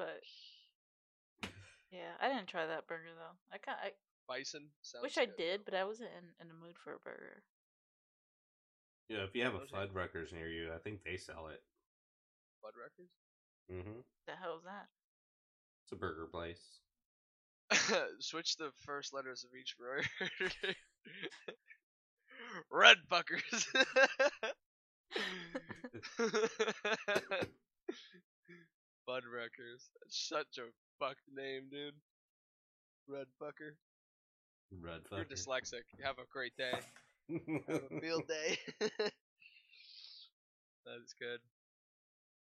A: But yeah, I didn't try that burger though. I kind I
B: Bison. Sounds
A: wish I
B: good.
A: did, but I wasn't in, in the mood for a burger.
C: You know, if you have a
B: Those are-
C: Fuddruckers near you, I think they sell it.
B: Bud records.
C: Mm-hmm.
A: The hell is that?
C: It's a burger place.
B: Switch the first letters of each word. Red fuckers. Bud Wreckers. That's such a fucked name, dude. Red fucker.
C: Red
B: You're
C: fucker.
B: dyslexic. Have a great day. Have a field day. That's good.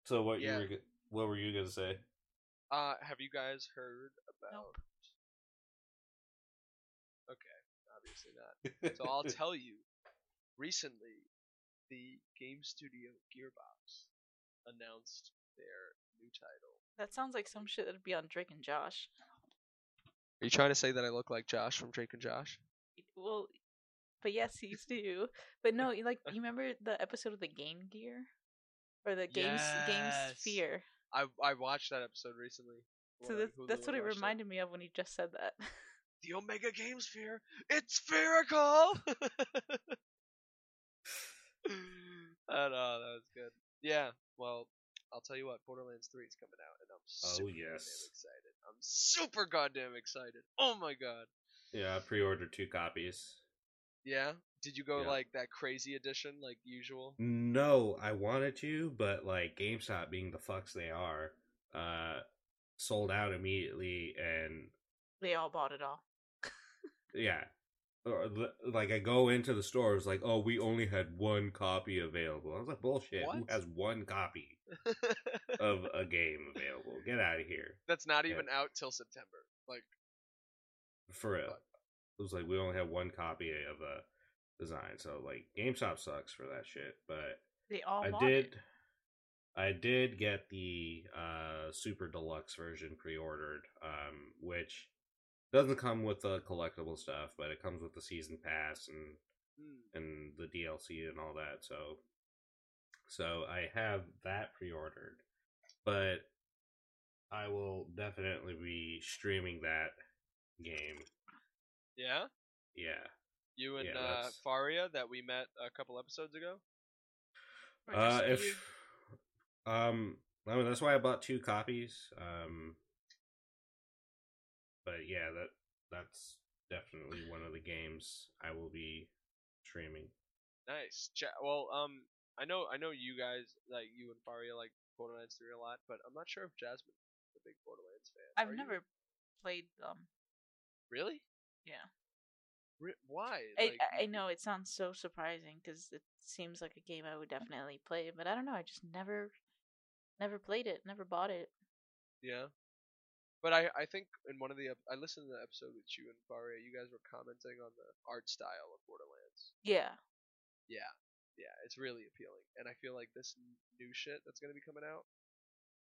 C: so what
B: Yeah.
C: you were g- what were you gonna say?
B: Uh, have you guys heard about?
A: Nope.
B: Okay, obviously not. So I'll tell you. Recently, the game studio Gearbox announced their new title.
A: That sounds like some shit that'd be on Drake and Josh.
B: Are you trying to say that I look like Josh from Drake and Josh?
A: Well, but yes, he's do. But no, you like you remember the episode of the Game Gear or the Games Game
B: Yes.
A: Sphere?
B: I I watched that episode recently.
A: So
B: When I
A: that's
B: Hulu
A: that's what
B: and
A: it
B: watched that.
A: reminded me of when you just said that.
B: The Omega Game Sphere. It's spherical. I know uh, that was good. Yeah. Well, I'll tell you what. Borderlands Three is coming out, and I'm
A: Oh,
B: super
C: yes.
B: goddamn excited. I'm super goddamn excited. Oh my god.
C: yeah, I pre-ordered two copies.
B: Yeah. Did you go
C: Yeah.
B: like that crazy edition, like usual?
C: No, I wanted to, but like GameStop being the fucks they are, uh sold out immediately and
A: they all bought it all.
C: yeah. Or, l- Like I go into the store, it's like, oh, we only had one copy available. I was like, bullshit. Who
B: What?
C: has one copy of a game available? Get out of here,
B: That's not
C: Yeah.
B: even out till September. Like,
C: for real.
B: Fuck.
C: It was like we only had one copy of a design, so like GameStop sucks for that shit. But
A: They all
C: I
A: bought
C: did.
A: it.
C: I did get the uh, super deluxe version pre-ordered, um, which doesn't come with the collectible stuff, but it comes with the season pass and
B: hmm,
C: and the DLC and all that. So, so I have that pre-ordered, but I will definitely be streaming that game.
B: yeah.
C: Yeah.
B: You and
C: Yeah,
B: uh,
C: that's-
B: Faria that we met a couple episodes ago.
A: Or
C: Uh,
A: just you.
C: if um, I mean that's why I bought two copies. Um, but yeah, that that's definitely one of the games I will be streaming.
B: Nice. Cha- well, um, I know, I know you guys like you and Faria like Borderlands three a lot, but I'm not sure if Jasmine is a big Borderlands fan.
A: I've
B: Are you?
A: never played them.
B: really.
A: Yeah.
B: Re- why?
A: I, uh
B: Like,
A: I I
B: you-
A: know it sounds so surprising because it seems like a game I would
B: Mm.
A: definitely play, but I don't know. I just never, never played it, never bought it.
B: Yeah. But I, I think in one of the ep- I listened to the episode with you and Faria. You guys were commenting on the art style of Borderlands.
A: Yeah,
B: Yeah, yeah, it's really appealing, and I feel like this n- new shit that's gonna be coming out,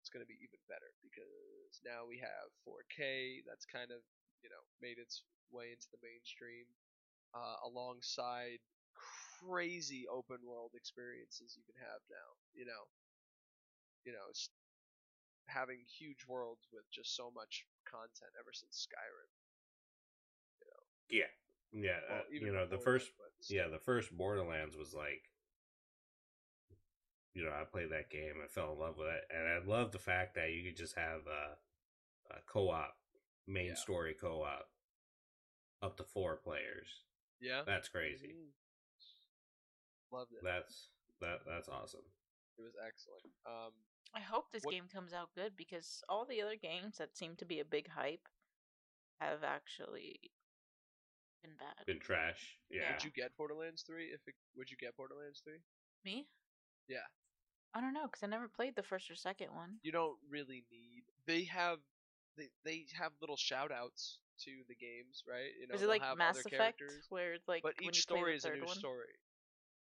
B: it's gonna be even better because now we have 4K that's kind of you know made its way into the mainstream, uh, alongside crazy open world experiences you can have now. You know, you know, it's having huge worlds with just so much content ever since Skyrim.
C: Yeah, yeah. uh,
B: Well, even
C: you know the
B: before
C: first
B: that, but
C: yeah
B: still.
C: the first Borderlands was like, you know, I played that game, I fell in love with it, and I love the fact that you could just have a, a co-op main
B: Yeah.
C: story co-op up to four players.
B: yeah,
C: That's crazy.
B: Mhm. Loved it.
C: That's that that's awesome.
B: It was excellent. Um,
A: I hope this
B: What-
A: game comes out good because all the other games that seem to be a big hype have actually been bad.
C: Been trash. Yeah.
B: Would you get Borderlands three? If it, would you get Borderlands three?
A: Me?
B: Yeah.
A: I don't know because I never played the first or second one.
B: You don't really need. They have they they have little shout outs to the games, right? You know,
A: Is it
B: they'll
A: like
B: have
A: Mass
B: other
A: Effect
B: characters.
A: where like
B: But
A: when
B: each
A: you play
B: story
A: the
B: is a
A: third
B: new
A: one?
B: story.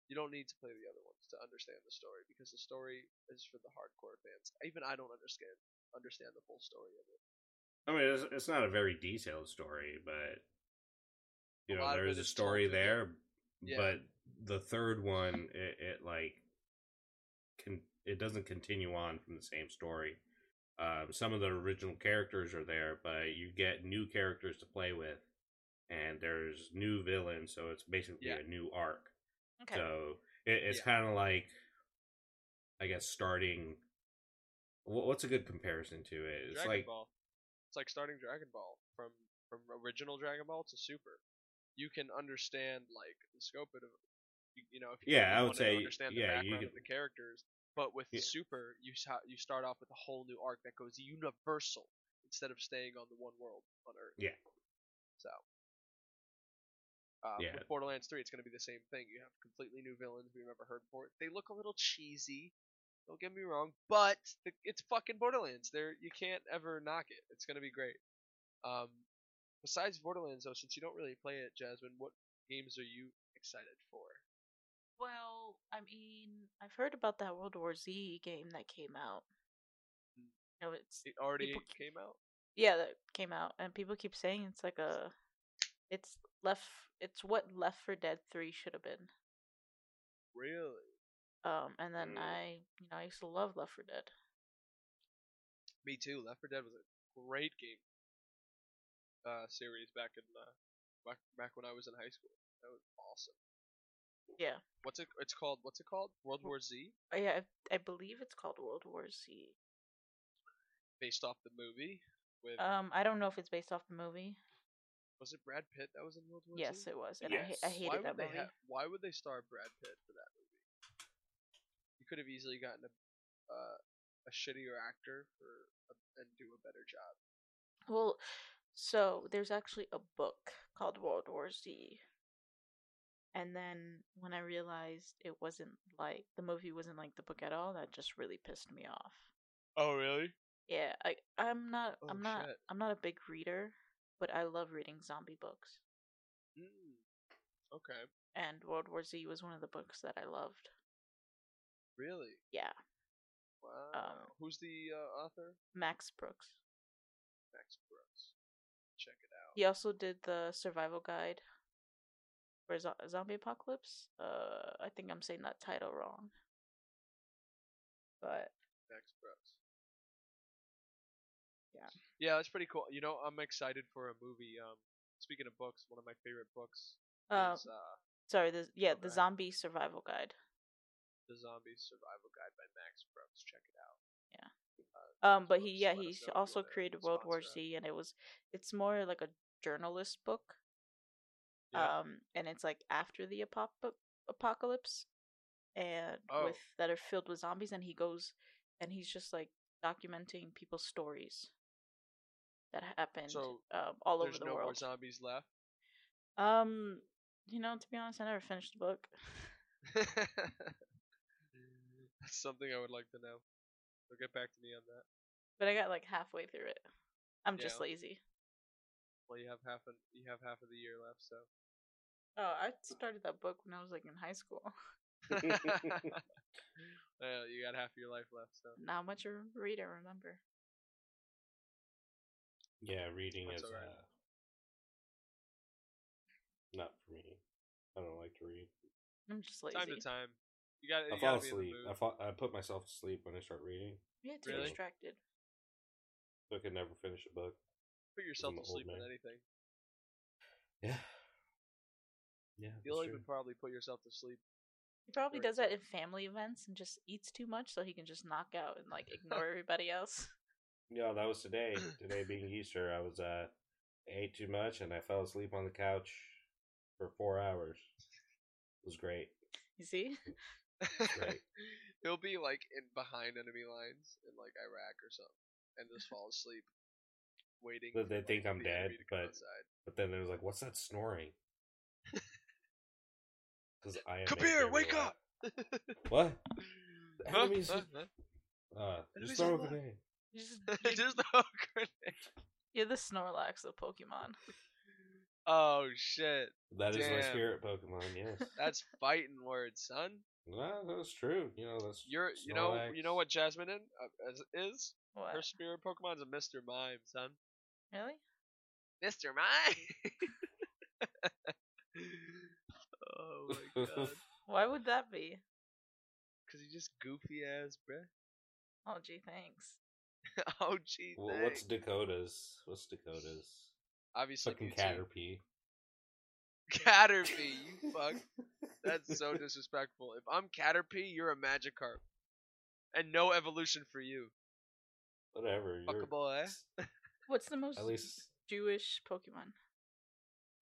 B: You don't need to play the other ones to understand the story because the story is for the hardcore fans. Even I don't understand understand the full story of it.
C: I mean, it's, it's not a very detailed story, but you
B: A
C: know,
B: lot of
C: there's
B: it
C: a
B: is told
C: story
B: in the-
C: there.
B: Yeah.
C: But the third one, it, it like can it doesn't continue on from the same story. Um, some of the original characters are there, but you get new characters to play with, and there's new villains, so it's basically
B: Yeah.
C: a new arc.
A: Okay.
C: So it, it's
B: Yeah.
C: kind of like, I guess, starting. wh- What's a good comparison to it? It's
B: Dragon
C: like
B: Ball. It's like starting Dragon Ball from from original Dragon Ball to Super. You can understand like the scope of you, you know if you
C: Yeah,
B: really
C: I would
B: wanna
C: say,
B: understand the
C: yeah, you
B: background of
C: could-
B: the characters. But with
C: Yeah.
B: Super, you sa- you start off with a whole new arc that goes universal instead of staying on the one world on Earth.
C: Yeah.
B: So. Uh,
C: Yeah.
B: With Borderlands 3, it's going to be the same thing. You have completely new villains we've never heard before. They look a little cheesy. Don't get me wrong, but the, it's fucking Borderlands. There, you can't ever knock it. It's gonna be great. Um, besides Borderlands, though, since you don't really play it, Jasmine, what games are you excited for?
A: Well, I mean, I've heard about that World War Z game that came out. No, it's
B: Mm. It already
A: People-
B: came out.
A: yeah, that came out, and people keep saying it's like a, it's left, it's what Left for Dead Three should have been.
B: Really?
A: Um, and then
C: Mm.
A: I, you know, I used to love Left for Dead.
B: Me too. Left 4 Dead was a great game uh, series back in uh, back back when I was in high school. That was awesome.
A: Yeah,
B: What's it? It's called. What's it called? World War Z,
A: Uh, yeah, I, I believe it's called World War Z.
B: based off the movie with
A: Um, I don't know if it's based off the movie.
B: was it Brad Pitt that was in World War Z?
A: Yes, it was, and I, ha- I
C: Yes.
A: hated
B: why
A: that
B: would
A: movie.
B: they ha- why would they star Brad Pitt for that movie? You could have easily gotten a uh, a shittier actor for a, and do a better job.
A: Well, so there's actually a book called World War Z. And then when I realized it wasn't like the movie wasn't like the book at all, that just really pissed me off.
B: Oh really?
A: Yeah, I I'm not
B: Oh,
A: I'm not
B: shit.
A: I'm not a big reader, but I love reading zombie books.
B: Mm. Okay,
A: And World War Z was one of the books that I loved.
B: really?
A: Yeah,
B: Wow.
A: Um,
B: Who's the uh, author?
A: Max Brooks.
B: Max Brooks. Check it out.
A: He also did the survival guide for zo- zombie apocalypse. Uh, I think I'm saying that title wrong, but
B: Max Brooks.
A: Yeah.
B: Yeah, that's pretty cool. You know, I'm excited for a movie. Um, speaking of books, one of my favorite books
A: uh,
B: is uh,
A: sorry, the yeah, the
B: okay.
A: zombie survival guide.
B: The Zombie Survival Guide by Max Brooks. Check it out.
A: Yeah.
B: Uh,
A: Um,
B: Max
A: but he
B: Brooks,
A: yeah,
B: let
A: he
B: us know if you
A: also
B: wanna
A: created World War
B: sponsor us.
A: Z, and it was it's more like a journalist book.
B: Yeah.
A: Um, and it's like after the apop- apocalypse, and
B: Oh.
A: with that are filled with zombies, and he goes, and he's just like documenting people's stories that happened
B: So,
A: um, all over
B: There's
A: the
B: no more
A: world.
B: zombies left.
A: Um, you know, to be honest, I never finished the book.
B: That's something I would like to know. So get back to me on that.
A: But I got like halfway through it. I'm just
B: Yeah.
A: lazy.
B: Well, you have half an, you have half of the year left, so.
A: Oh, I started that book when I was like in high school.
B: well, you got half of your life left, so.
A: Not much of a reader, remember.
C: Yeah, reading
B: That's
C: is
B: alright.
C: uh, not for me. I don't like to read.
A: I'm just lazy.
B: Time to time, you got.
C: I
B: You
C: fall
B: gotta be in
C: asleep.
B: the
C: I
B: mood.
C: fall, I put myself to sleep when I start reading,
A: Yeah, too
B: Really?
A: distracted.
C: so I can never finish a book.
B: Put yourself
C: I'm
B: to
C: an old
B: sleep with
C: man.
B: anything.
C: Yeah, yeah. that's
B: You'll
C: true.
B: even probably put yourself to sleep.
A: He probably
B: Very
A: does that
B: true.
A: in family events and just eats too much so he can just knock out and like ignore everybody else.
C: Yeah, that was today. Today being Easter, I was uh, I ate too much and I fell asleep on the couch for four hours. It was great.
A: You see?
C: right.
B: He'll be like in behind enemy lines in like Iraq or something, and just fall asleep, waiting.
C: But they
B: for, like,
C: think I'm
B: the
C: dead,
B: enemy to come
C: but-
B: outside.
C: But then it was like, "What's that snoring?" Because I am a
B: Kabir, wake
C: favorite-
B: up!
C: What? The
B: Huh?
C: enemies.
B: Huh?
C: just-
B: Huh?
C: Uh,
B: Enemies
C: just throw a
B: unlocked.
C: grenade.
B: Just the whole grenade.
A: You're the Snorlax of Pokemon.
B: Oh shit.
C: That is my
B: Damn.
C: spirit Pokemon. Yes,
B: That's fighting words, son.
C: no, that's true. You know that's
B: You're you know you know
C: Snorlax.
B: what Jasmine in, uh, is- is
A: What?
B: her spirit Pokemon's a Mr. Mime, son.
A: Really?
B: Mr. Mime. oh my god.
A: Why would that be?
B: Cause you just goofy ass, bruh.
A: Oh, gee, thanks.
B: oh gee,
C: Wha-
B: thanks.
C: what's Dakota's? What's Dakota's?
B: obviously
C: Fucking
B: you two.
C: Caterpie.
B: Caterpie, you fuck. That's so disrespectful. If I'm Caterpie, you're a Magikarp, and no evolution for you.
C: Whatever. you're-
B: Fuckable, eh?
A: What's the most
C: At least
A: Jewish Pokemon?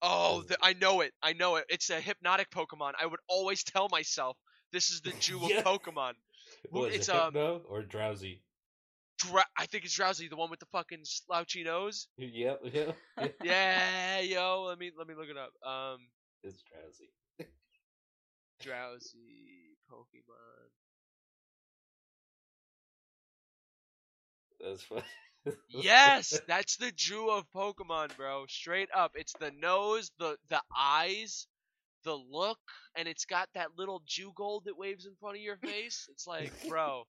B: Oh,
C: Is
B: th-
C: it-
B: I know it. I know it. It's a hypnotic Pokemon. I would always tell myself this is the Jew
C: Yeah.
B: of Pokemon. Well,
C: what, is
B: it's,
C: it
B: um,
C: Hypno or drowsy.
B: Dra- I think it's Drowsy, the one with the fucking slouchy nose.
C: Yep, yep, yep.
B: Yeah, yo. Let me let me look it up. Um,
C: It's drowsy.
B: Drowsy Pokemon.
C: That's what.
B: Yes, that's the Jew of Pokemon, bro. Straight up, it's the nose, the the eyes, the look, and it's got that little Jew gold that waves in front of your face. It's like, bro,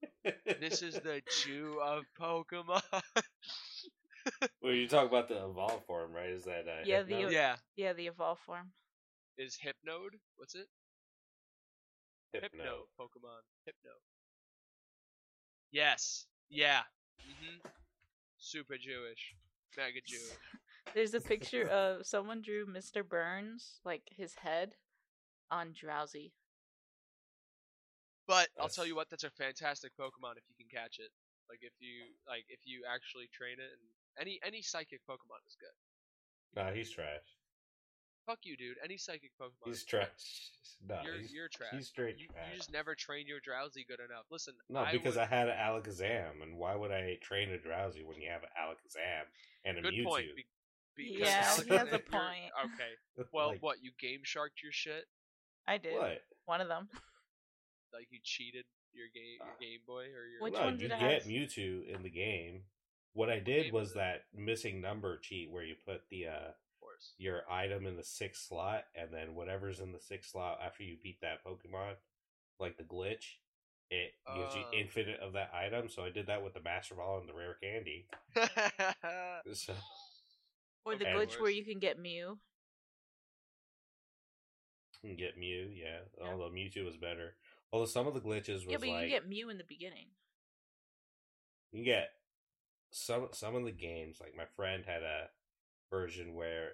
B: this is the Jew of Pokemon.
C: Well, you talk about the evolved form, right? Is that uh,
A: Yeah, the-
C: Hypno?
B: yeah,
A: Yeah, the evolved form.
B: is Hypnode? What's it?
C: Hypno.
B: Pokemon. Hypno. Yes. Yeah. Mhm. Super Jewish. Mega Jewish.
A: There's a picture of someone drew Mr. Burns, like his head, on Drowsy.
B: But I'll tell
C: That's-
B: you what, that's a fantastic Pokemon if you can catch it. Like if you like if you actually train it and any any psychic Pokemon is good.
C: Nah, he's trash.
B: Fuck you, dude. Any psychic Pokemon.
C: He's
B: is
C: trash.
B: good.
C: Nah,
B: You're-
C: he's,
B: you're trash.
C: He's straight
B: You,
C: trash.
B: you just never trained your drowsy good enough. Listen,
C: No, because
B: would-
C: I had an Alakazam, and why would I train a drowsy when you have an Alakazam and a
B: good
C: Mewtwo?
B: point. be- because
C: Yeah,
B: Alex-
C: he has a
B: you're-
A: point.
B: Okay. Well,
C: Like,
B: what you game sharked your shit?
A: I did.
C: What?
A: One of them.
B: Like you cheated your game your
C: Ah.
B: Game Boy or your
A: Which
C: no,
A: one
C: you
A: did I
C: get
A: have?
C: Mewtwo in the game. What I did
B: game
C: was
B: was it?
C: that missing number cheat where you put the uh
B: horse.
C: your item in the sixth slot, and then whatever's in the sixth slot after you beat that Pokemon, like the glitch, it gives
B: Oh.
C: you infinite of that item. So I did that with the Master Ball and the Rare Candy. So
A: Or the
C: Okay.
A: glitch where
B: Worse.
A: you can get Mew.
C: you can get Mew, yeah.
A: Yeah.
C: Although Mewtwo was better. Although some of the glitches was
A: Yeah, but you
C: like
A: can get Mew in the beginning.
C: you can get some some of the games like my friend had a version where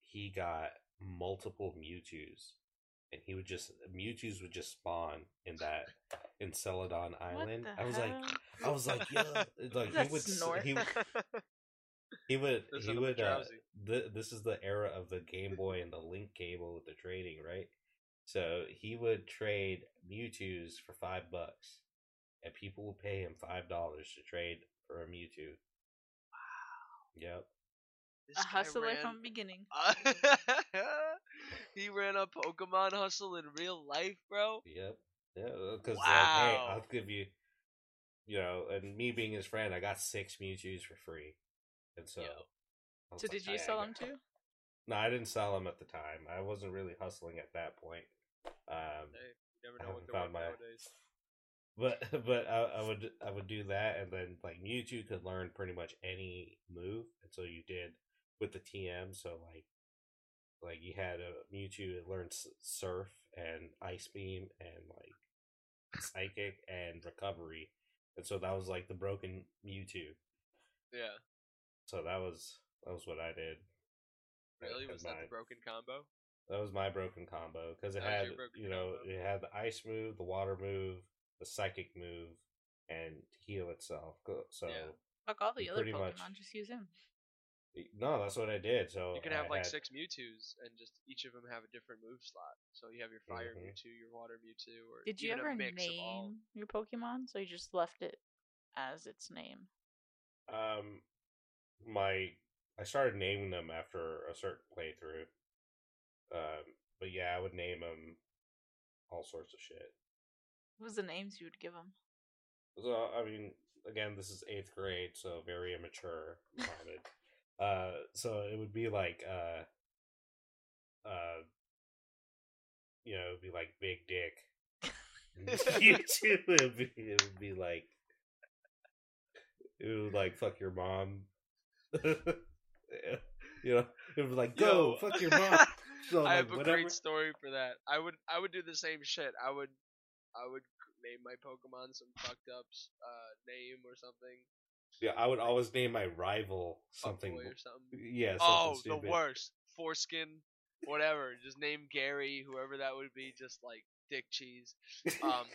C: he got multiple mewtwo's and he would just mewtwo's would just spawn in that in celadon island
A: the
C: i was
A: hell?
C: like i was like yeah It's like
A: That's
C: he would, s-
A: snort.
C: he would he would
B: That's
C: he
B: another
C: would uh,
B: drowsy.
C: th- this is the era of the game
A: Mm-hmm.
C: boy and the link cable with the trading right so he would trade mewtwo's for five bucks and people would pay him five dollars to trade for a mewtwo wow yep
B: This
A: A
B: guy
A: hustler
B: ran-
A: from beginning.
B: he ran a Pokemon hustle in real life, bro.
C: Yep. Yeah, because like, hey,
B: Wow.
C: I'll give you, you know, and me being his friend, I got six Mewtwo's for free, and so.
B: Yo.
C: I was
A: So
C: like,
A: did
C: "Yeah,
A: you
C: I
A: sell
C: got-
A: them too?
C: No, I didn't sell them at the time. I wasn't really hustling at that point. Um,
B: Hey, you never
C: I
B: know what
C: haven't
B: they're
C: found
B: worth nowadays.
C: my. But but I, I would I would do that, and then like Mewtwo could learn pretty much any move, and so you did with the TM. So like like you had a Mewtwo that learned s- Surf and Ice Beam and like Psychic and Recovery, and so that was like the broken Mewtwo.
B: Yeah,
C: So that was that was what I did. That
B: really?
C: had
B: Was that the
C: mine.
B: broken combo?
C: That was my broken combo because it
B: That was
C: had
B: your broken
C: you know
B: combo.
C: it had the ice move, the water move, the psychic move, and heal itself. Go- So
B: Yeah.
A: Fuck all the
C: You
A: other
C: pretty
A: Pokemon,
C: much-
A: just use him.
C: no, that's what I did. So
B: You could
C: I
B: have like
C: had-
B: six Mewtwo's and just each of them have a different move slot. So you have your fire
C: Mhm.
B: Mewtwo, your water Mewtwo, or
A: Did you
B: even
A: ever
B: a mix of all.
A: name your Pokemon? So you just left it as its name.
C: Um, my I started naming them after a certain playthrough. Um, but yeah, I would name them all sorts of shit.
A: What was the names you would give them?
C: So I mean, again, this is eighth grade, so very immature minded. uh, so it would be like, uh, uh, you know, it'd be like big dick. you too. It would be, it would be like, it would like fuck your mom. you know, it would be like go
B: Yo.
C: fuck your mom. So,
B: I
C: like,
B: have a
C: whatever-
B: great story for that. I would I would do the same shit. I would I would name my Pokemon some fucked up uh, name or something.
C: Yeah, I would always name my rival something.
B: Fuckboy or something.
C: Yeah. Something
B: Oh, the
C: stupid.
B: worst. Foreskin, whatever. Just name Gary, whoever that would be. Just like Dick Cheese. Um,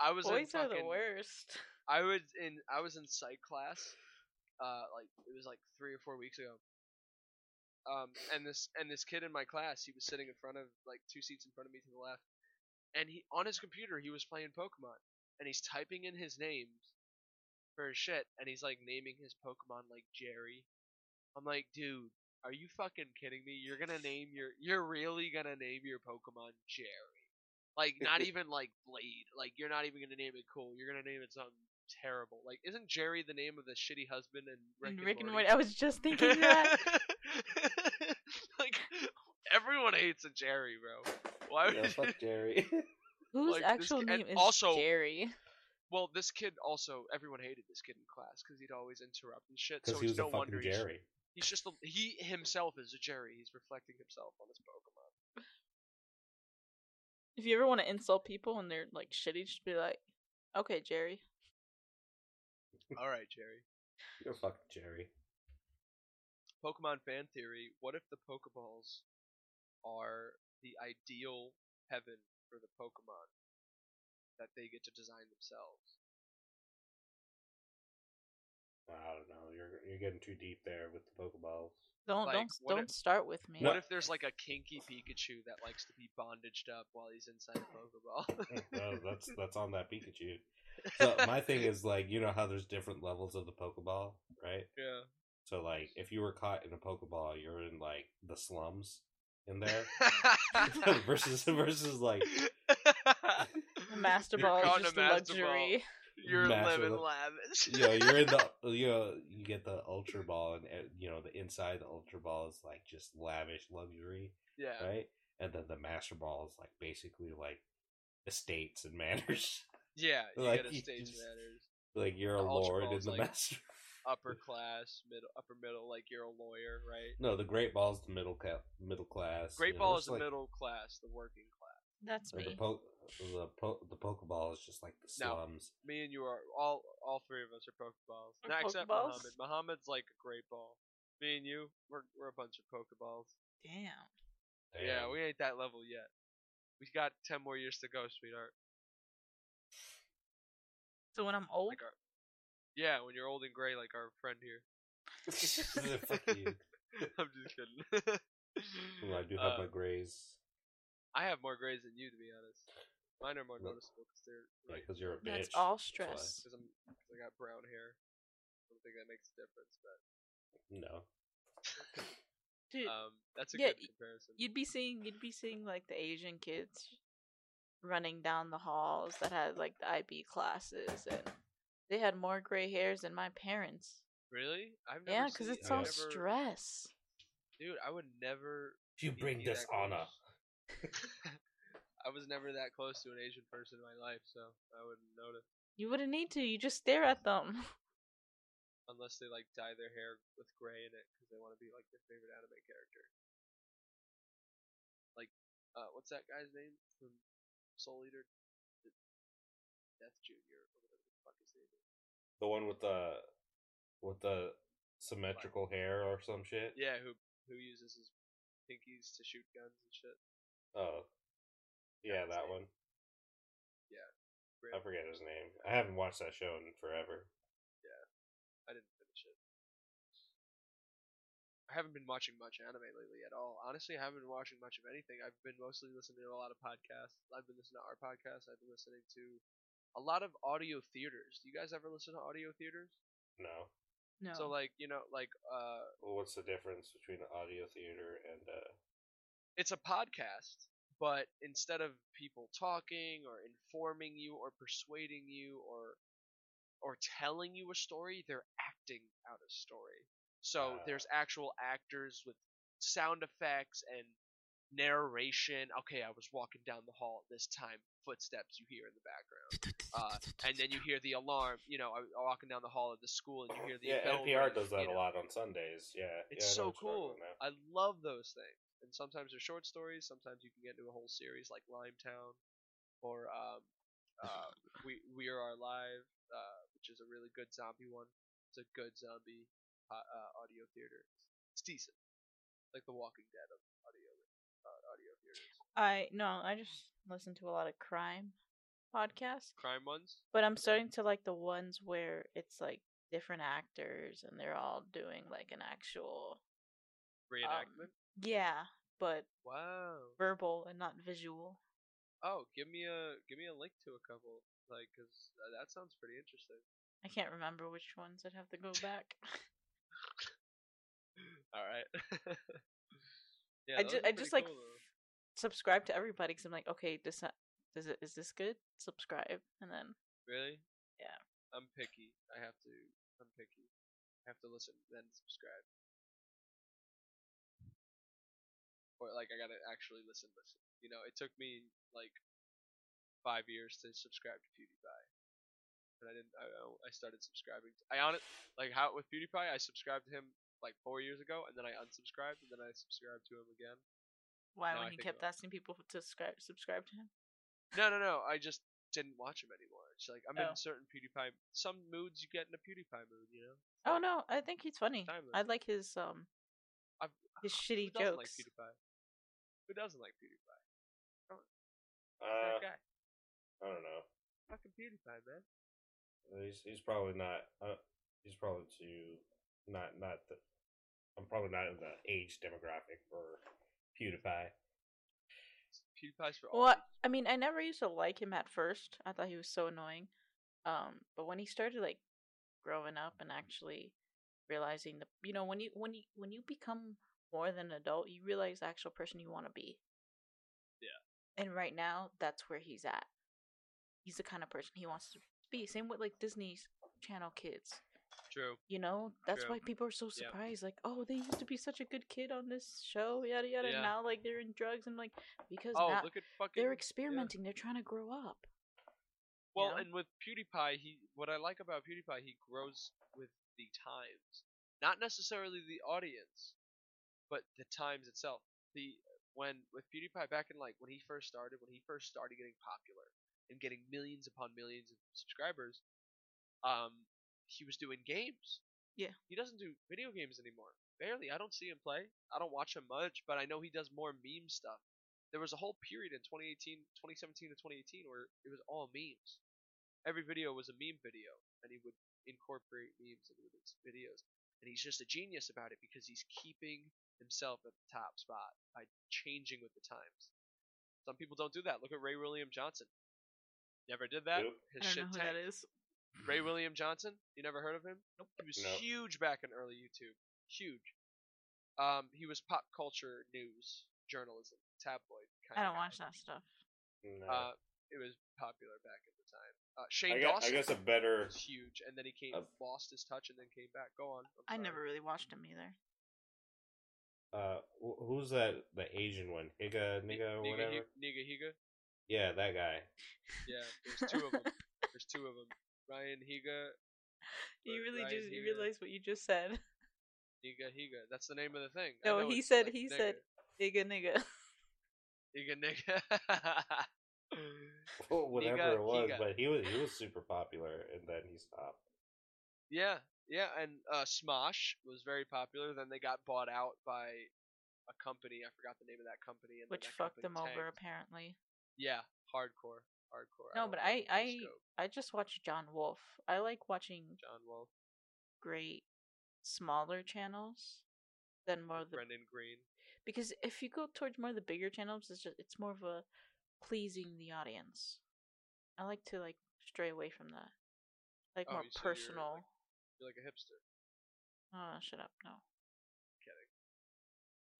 B: I was in
A: Boys are
B: fucking-
A: the worst.
B: I was in I was in psych class, uh, like it was like three or four weeks ago. Um, and this and this kid in my class, he was sitting in front of like two seats in front of me to the left, and he on his computer he was playing Pokemon, and he's typing in his names for his shit, and he's like naming his Pokemon like Jerry. I'm like, dude, are you fucking kidding me? You're gonna name your you're really gonna name your Pokemon Jerry. Like not even like Blade. Like you're not even gonna name it cool. You're gonna name it something terrible. Like isn't Jerry the name of the shitty husband and Rick
A: And
B: and,
A: Rick and
B: Morty?
A: Morty. I was just thinking that.
B: like everyone hates a Jerry, bro. Why would
C: Yeah,
B: you-
C: fuck Jerry.
A: Whose
B: Like, this
A: actual
B: kid- and
A: name is
B: also-
A: Jerry?
B: Well, this kid also everyone hated this kid in class because he'd always interrupt and shit. So
C: Because he was
B: it's no
C: a fucking
B: wonder he's,
C: Jerry.
B: he's just a, he himself is a Jerry. He's reflecting himself on his Pokemon.
A: If you ever want to insult people and they're like shitty, just be like, "Okay, Jerry."
B: All right, Jerry.
C: You're a fucking Jerry.
B: Pokemon fan theory, what if the Pokeballs are the ideal heaven for the Pokemon that they get to design themselves?
C: I don't know. You're you're getting too deep there with the Pokeballs.
A: Don't
B: Like,
A: don't
B: what if-
A: don't start with me.
B: What
C: No.
B: if there's like a kinky Pikachu that likes to be bondaged up while he's inside a Pokeball?
C: No, that's that's on that Pikachu. So my thing is like you know how there's different levels of the Pokeball, right?
B: Yeah.
C: So like if you were caught in a Pokeball, you're in like the slums in there versus versus like
A: The master
B: You're
A: ball
B: caught
A: is
B: a
A: just
B: master ball.
A: luxury.
B: You're
C: Master
B: living
C: Level-
B: lavish.
C: you know, you're in the you know, you get the Ultra Ball and uh, you know the inside the Ultra Ball is like just lavish luxury,
B: yeah.
C: right? And then the Master Ball is like basically like estates and manners.
B: Yeah. You
C: Like,
B: get a
C: you
B: stage
C: just-
B: matters.
C: like you're a
B: The Ultra
C: lord
B: Ball
C: in
B: is
C: the
B: like-
C: Master.
B: Upper class, middle, upper middle. Like you're a lawyer, right?
C: No, the Great Ball's the middle ca- middle class.
B: Great
C: you know,
B: Ball
C: it's
B: is the
C: like-
B: middle class, the working class.
A: That's
C: like,
A: me.
C: the po- the po- the Pokeball is just like the
B: No.
C: slums.
B: Me and you are all all three of us are Pokeballs.
A: We're
B: Not except
A: Pokeballs?
B: Muhammad. Muhammad's like a great ball. Me and you, we're we're a bunch of Pokeballs.
A: Damn.
B: Yeah,
C: Damn.
B: we ain't that level yet. We got ten more years to go, sweetheart.
A: So when I'm old,
B: Like our Yeah, when you're old and gray like our friend here.
C: fuck you.
B: I'm just kidding.
C: Well, I do have
B: Uh,
C: my grays
B: I have more grays than you to be honest. Mine are more
C: Look.
B: noticeable because they're like
C: because you're a bitch.
A: that's all
C: why.
A: stress.
B: because I'm 'cause I got brown hair. I don't think that makes a difference, but
C: No,
A: Dude,
B: um that's a
A: Yeah,
B: good
A: y-
B: comparison.
A: you'd be seeing you'd be seeing like the Asian kids running down the halls that had like the IB classes and they had more gray hairs than my parents.
B: Really? I've never
A: Yeah, because
B: seen-
A: it's
B: I've
A: all
C: never-
A: stress.
B: Dude, I would never.
C: you
B: be-
C: bring
B: be that
C: dishonor.
B: close. I was never that close to an Asian person in my life, so I wouldn't notice
A: You wouldn't need to. You just stare at them.
B: unless they like dye their hair with gray in it because they want to be like their favorite anime character. Like, uh, what's that guy's name from Soul Eater? D- Death Junior or whatever the fuck his name is.
C: The one with the with the symmetrical hair or some shit.
B: Yeah, who who uses his pinkies to shoot guns and shit.
C: Oh, yeah, that one. I
B: Rip.
C: forget his name. I haven't watched that show in forever.
B: I didn't finish it. I haven't been watching much anime lately at all. Honestly, I haven't been watching much of anything. I've been mostly listening to a lot of podcasts. I've been listening to our podcast. I've been listening to a lot of audio theaters. Do you guys ever listen to audio theaters?
C: No.
A: No.
B: So like, you know, like uh
C: Well, what's the difference between an audio theater and uh?
B: it's a podcast, but instead of people talking or informing you or persuading you or or telling you a story they're acting out a story so
C: Ah.
B: there's actual actors with sound effects and narration okay i was walking down the hall at this time footsteps you hear in the background uh, and then you hear the alarm you know i was walking down the hall of the school and you hear the
C: yeah,
B: bell ring,
C: NPR does that
B: you
C: a
B: know.
C: lot on Sundays. Yeah,
B: It's so
C: yeah, I know what you're talking
B: cool.
C: about now.
B: I love those things. And sometimes they're short stories. Sometimes you can get into a whole series like Limetown or um, uh, We We Are Alive, uh, which is a really good zombie one. It's a good zombie uh, uh, audio theater. It's decent, like The Walking Dead of audio uh, audio theaters.
A: I no, I just listen to a lot of crime podcasts,
B: Crime ones.
A: but I'm starting to like the ones where it's like different actors and they're all doing like an actual um,
B: Reenactment.
A: yeah, but
B: wow.
A: verbal and not visual.
B: Oh, give me a give me a link to a couple, like, cause uh, that sounds pretty interesting.
A: I can't remember which ones. I'd have to go back.
B: All right. yeah,
A: I
B: those
A: just
B: are
A: I
B: pretty
A: just like
B: cool, though.
A: subscribe to everybody because I'm like, okay, does that does it is this good? Subscribe and then
B: Really?
A: Yeah.
B: I'm picky. I have to. I'm picky. I have to listen, then subscribe. Or like I gotta actually listen, listen. You know, it took me like five years to subscribe to PewDiePie, and I didn't. I I- I started subscribing. To, I on it like how with PewDiePie, I subscribed to him like four years ago, and then I unsubscribed, and then I subscribed to him again.
A: why
B: No,
A: when
B: I
A: you
B: think
A: kept
B: about-
A: asking people to subscribe subscribe to him?
B: No, no, no. I just didn't watch him anymore. It's like I'm
A: Oh.
B: in certain PewDiePie. Some moods you get in a PewDiePie mood, you know. It's
A: Oh
B: like-
A: no, I think he's funny.
B: Timeless.
A: I like his um
B: I've,
A: his
B: who
A: shitty
B: doesn't
A: jokes.
B: like PewDiePie? Who doesn't like PewDiePie?
C: Uh,
B: that guy,
C: I don't know.
B: fucking PewDiePie, man.
C: He's he's probably not. Uh, he's probably too not not the. I'm probably not in the age demographic for PewDiePie.
B: PewDiePie's for all.
A: Well,
B: ages.
A: I mean, I never used to like him at first. I thought he was so annoying. Um, but when he started like growing up and actually realizing the, you know, when you when you when you become more than an adult, you realize the actual person you want to be.
B: Yeah.
A: And right now, that's where he's at. He's the kind of person he wants to be. Same with like Disney's Channel kids.
B: True.
A: You know, that's
B: True.
A: why people are so
B: Yeah.
A: surprised. Like, oh, they used to be such a good kid on this show, yada yada.
B: Yeah.
A: And now, like, they're in drugs and like because
B: Oh,
A: now
B: look at fucking.
A: they're experimenting. They're trying to grow up.
B: Well,
A: know?
B: and with PewDiePie, he what I like about PewDiePie, he grows with the times, not necessarily the audience, but the times itself. The when with PewDiePie back in like when he first started, when he first started getting popular and getting millions upon millions of subscribers, um, he was doing games.
A: Yeah.
B: he doesn't do video games anymore. Barely. I don't see him play. I don't watch him much, but I know he does more meme stuff. There was a whole period in 2018, 2017 to 2018 where it was all memes every video was a meme video, and he would incorporate memes into his videos. And he's just a genius about it because he's keeping himself at the top spot by changing with the times. Some people don't do that. Look at Ray William Johnson. Never did that.
C: Nope.
B: His shit tanked.
A: is.
B: Ray
A: Mm.
B: William Johnson. You never heard of him? Nope. He was
C: Nope.
B: huge back in early YouTube. Huge. Um, he was pop culture news journalism tabloid.
A: I
B: Kind of
A: don't
B: guy.
A: watch that stuff.
C: No.
B: Uh, it was popular back at the time. Uh, Shane
C: I, guess, I
B: Dawson
C: guess a better.
B: was huge, and then he came
C: Uh,
B: lost his touch, and then came back. Go on. I'm
A: I
B: sorry.
A: never really watched him either.
C: Uh, wh- who's that? The Asian one, Higa,
B: Ni-
C: Niga,
B: Niga
C: whatever.
B: Hi- Niga Higa.
C: Yeah, that guy.
B: Yeah, there's two of them. There's two of them. Ryan Higa,
A: You
B: But
A: really
B: Ryan
A: just you
B: Higa-
A: realize what you just said.
B: Niga Higa. That's the name of the thing. I
A: No,
B: know
A: he
B: it's
A: said-
B: like
A: he
B: nigga.
A: said- Nigga, nigga.
B: Higa Niga.
C: Well, whatever
B: Niga
C: it was,
B: Higa.
C: but he was he was super popular, and then he stopped.
B: yeah, yeah, and uh, Smosh was very popular. Then they got bought out by a company. I forgot the name of that company. And then
A: Which
B: that
A: fucked them
B: company
A: over
B: tanked.
A: apparently.
B: Yeah, hardcore, hardcore.
A: No,
B: don't
A: but
B: know
A: I-
B: if it's
A: I-
B: scope.
A: I just watch John Wolf. I like watching
B: John Wolf,
A: great smaller channels than more of the
B: Brendan Green.
A: because if you go towards more of the bigger channels, it's just it's more of a pleasing the audience. I like to like stray away from that. Like
B: Oh,
A: more
B: you- so you're, like,
A: personal.
B: You're like a hipster.
A: Oh, shut up. No.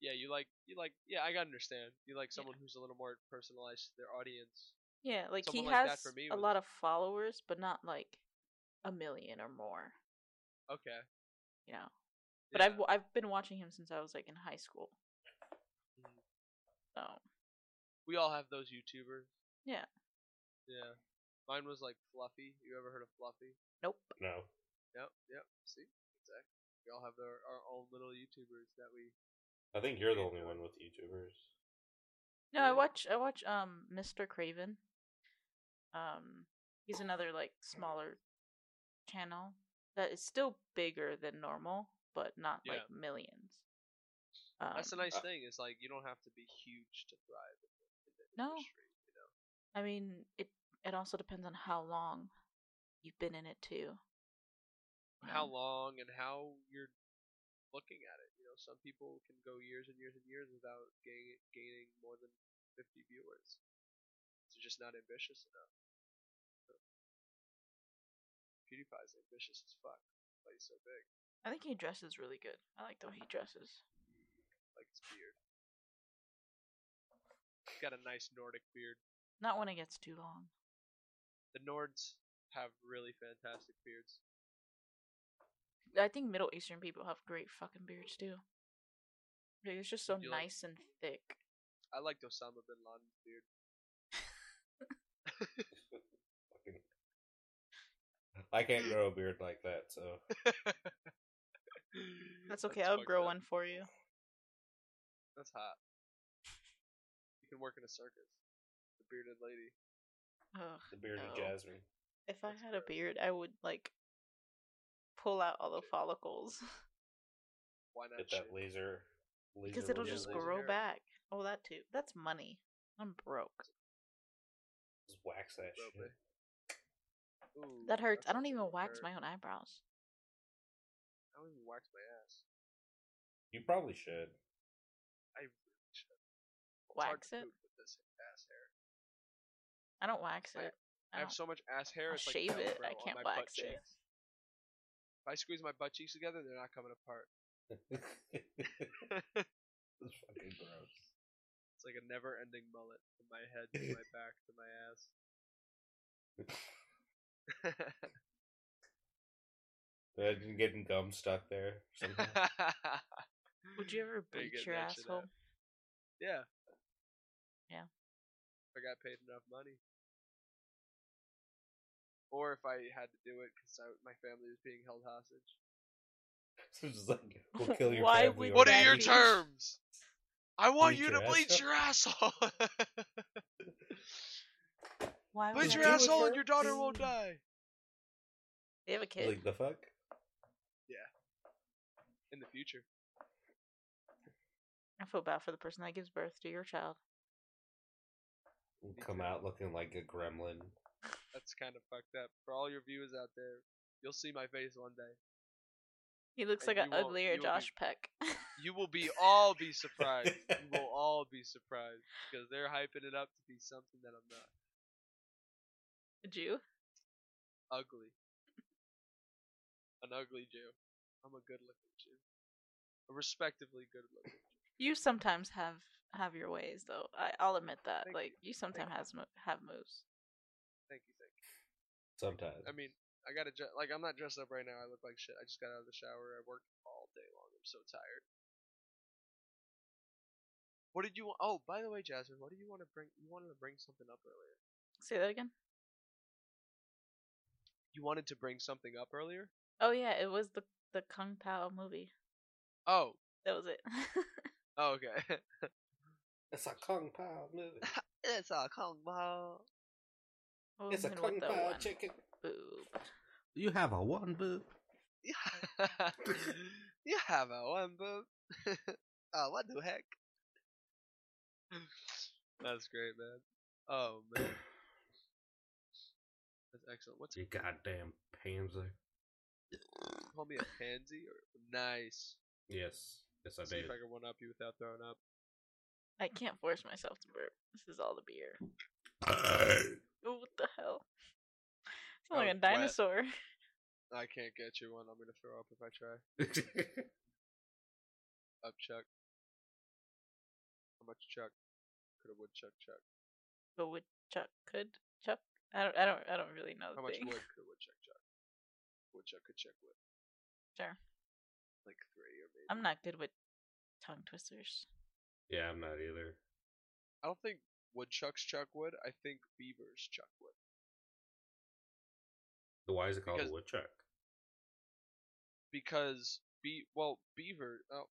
B: yeah, you like you like yeah, I gotta understand. You like someone who's a little more personalized to their audience.
A: Yeah, like he
B: Someone like that
A: has
B: for me
A: a
B: was-
A: lot of followers, but not like a million or more.
B: Okay.
A: You know, but I've
B: yeah.
A: wa- I've been watching him since I was like in high school.
B: Mhm.
A: So
B: we all have those YouTubers.
A: Yeah.
B: Yeah. Mine was like Fluffy. You ever heard of Fluffy?
A: nope.
C: No.
B: Yep. Yep. See, exactly. We all have our, our own little YouTubers that we.
C: I think you're the only one with YouTubers.
A: No, I
B: Really?
A: watch I watch um Mr. Craven. Um he's another like smaller channel that is still bigger than normal, but not like
B: Yeah.
A: millions. Um,
B: That's the nice
C: uh,
B: thing. Is like you don't have to be huge to thrive in the, in the
A: No.
B: industry. You know.
A: I mean, it it also depends on how long you've been in it too. you
B: How
A: know?
B: long and how you're looking at it. You know, some people can go years and years and years without gain, gaining more than 50 viewers. They're just not ambitious enough. So. PewDiePie's ambitious as fuck. Why he's so big.
A: I think he dresses really good. I like the way he dresses.
B: like his beard. He's got a nice Nordic beard.
A: Not when it gets too long.
B: The Nords have really fantastic beards.
A: I think Middle Eastern people have great fucking beards too. Like, it's just so
B: You like-
A: nice and thick.
B: I liked Osama bin Laden's beard.
C: Fucking- I can't grow a beard like that, so
A: That's okay. I'll
B: fucked
A: grow
B: up.
A: one for you.
B: That's hot. You can work in a circus. The bearded lady.
A: Ugh.
C: the beard
A: No.
C: of Jasmine.
A: If I
B: That's
A: had a
B: gross.
A: beard, I would like pull out all the follicles
B: Why not?
C: Get that
B: shave?
C: laser. laser
A: because it'll
B: yeah,
A: just
B: laser
A: grow
B: hair.
A: back. Oh, that too. That's money. I'm broke.
C: Just wax that
B: Grow
C: shit.
B: Ooh,
A: That hurts. I don't
B: sounds like
A: even
B: it
A: wax
B: hurt.
A: my own eyebrows.
B: I don't even wax my ass.
C: You probably should.
B: I really should. It's hard
A: Wax
B: to
A: it?
B: poop with this ass hair.
A: I don't wax
B: I-
A: it.
B: I have
A: don't-
B: so much ass hair.
A: Oh. I'll
B: it's like
A: shave
B: Velcro
A: it. I
B: on
A: can't
B: my butt
A: wax it.
B: cheeks. If I squeeze my butt cheeks together, they're not coming apart.
C: That's fucking gross.
B: It's like a never-ending mullet from my head to my back to my ass.
C: Imagine getting gum stuck there. somehow.
A: Would you ever
B: They're
A: bleach
B: getting
A: your
B: that shit out.
A: asshole?
B: Yeah.
A: Yeah.
B: If I got paid enough money. Or if I had to do it because my family was being held hostage.
C: So it's just like, we'll kill your
A: Why
C: family
A: would
C: over
B: What are
A: that
B: your
C: you.
A: be-
B: terms? I want
C: Bleach
B: you
C: your
B: to bleach your asshole.
A: Why would
B: bleach
A: I
B: your
A: do it?
B: asshole and your daughter won't die.
A: They have a kid.
C: Like the fuck?
B: In the future.
A: I feel bad for the person that gives birth to your child.
C: We'll come out looking like a gremlin.
B: That's kind of fucked up. For all your viewers out there, you'll see my face one day.
A: He looks
B: And
A: like an
B: you won't-
A: uglier
B: you won't be-
A: Josh Peck.
B: You will be all be surprised. you will all be surprised because they're hyping it up to be something that I'm not.
A: Would you?
B: Ugly. An ugly Jew. I'm a good-looking Jew. A respectively good-looking. Jew.
A: You sometimes have have your ways though. I, I'll admit that.
B: Thank
A: like
B: you.
A: you, sometimes
B: you.
A: has mo- have moves.
B: Thank you, thank you.
C: Sometimes.
B: I mean, I gotta dre- like I'm not dressed up right now. I look like shit. I just got out of the shower. I worked all day long. I'm so tired. What did you? Oh, by the way, Jasmine, what do you want to bring? You wanted to bring something up earlier.
A: Say that again.
B: You wanted to bring something up earlier.
A: Oh yeah, it was the the Kung Pao movie.
B: Oh,
A: That was it.
B: oh okay.
C: It's a Kung Pao movie.
B: It's a kung pao.
A: Oh,
C: It's a
A: and
C: Kung
A: with the
C: Pao
A: one
C: chicken.
A: Boob.
C: You have a one boob.
B: you have a one boob. oh, what the heck? That's great, man. Oh man, that's excellent. What's
C: You goddamn pansy.
B: call me a pansy or nice?
C: Yes. Yes, I
B: See
C: did.
B: if I can one up you without throwing up.
A: I can't force myself to burp. This is all the beer. Oh, what the hell? It's
B: I
A: like a
B: was wet.
A: dinosaur.
B: I can't get you one. I'm gonna throw up if I try. Upchuck. How much Chuck? Could a woodchuck chuck?
A: But would Chuck could Chuck? I don't. I don't. I don't really know the
B: How much
A: thing.
B: wood could a woodchuck chuck? Woodchuck could check wood.
A: Sure.
B: Like three or maybe.
A: I'm not good with tongue twisters.
C: Yeah, I'm not either.
B: I don't think woodchucks chuck wood. I think beavers chuck wood.
C: So Why is it called
B: Because-
C: a woodchuck?
B: Because be well beaver. Oh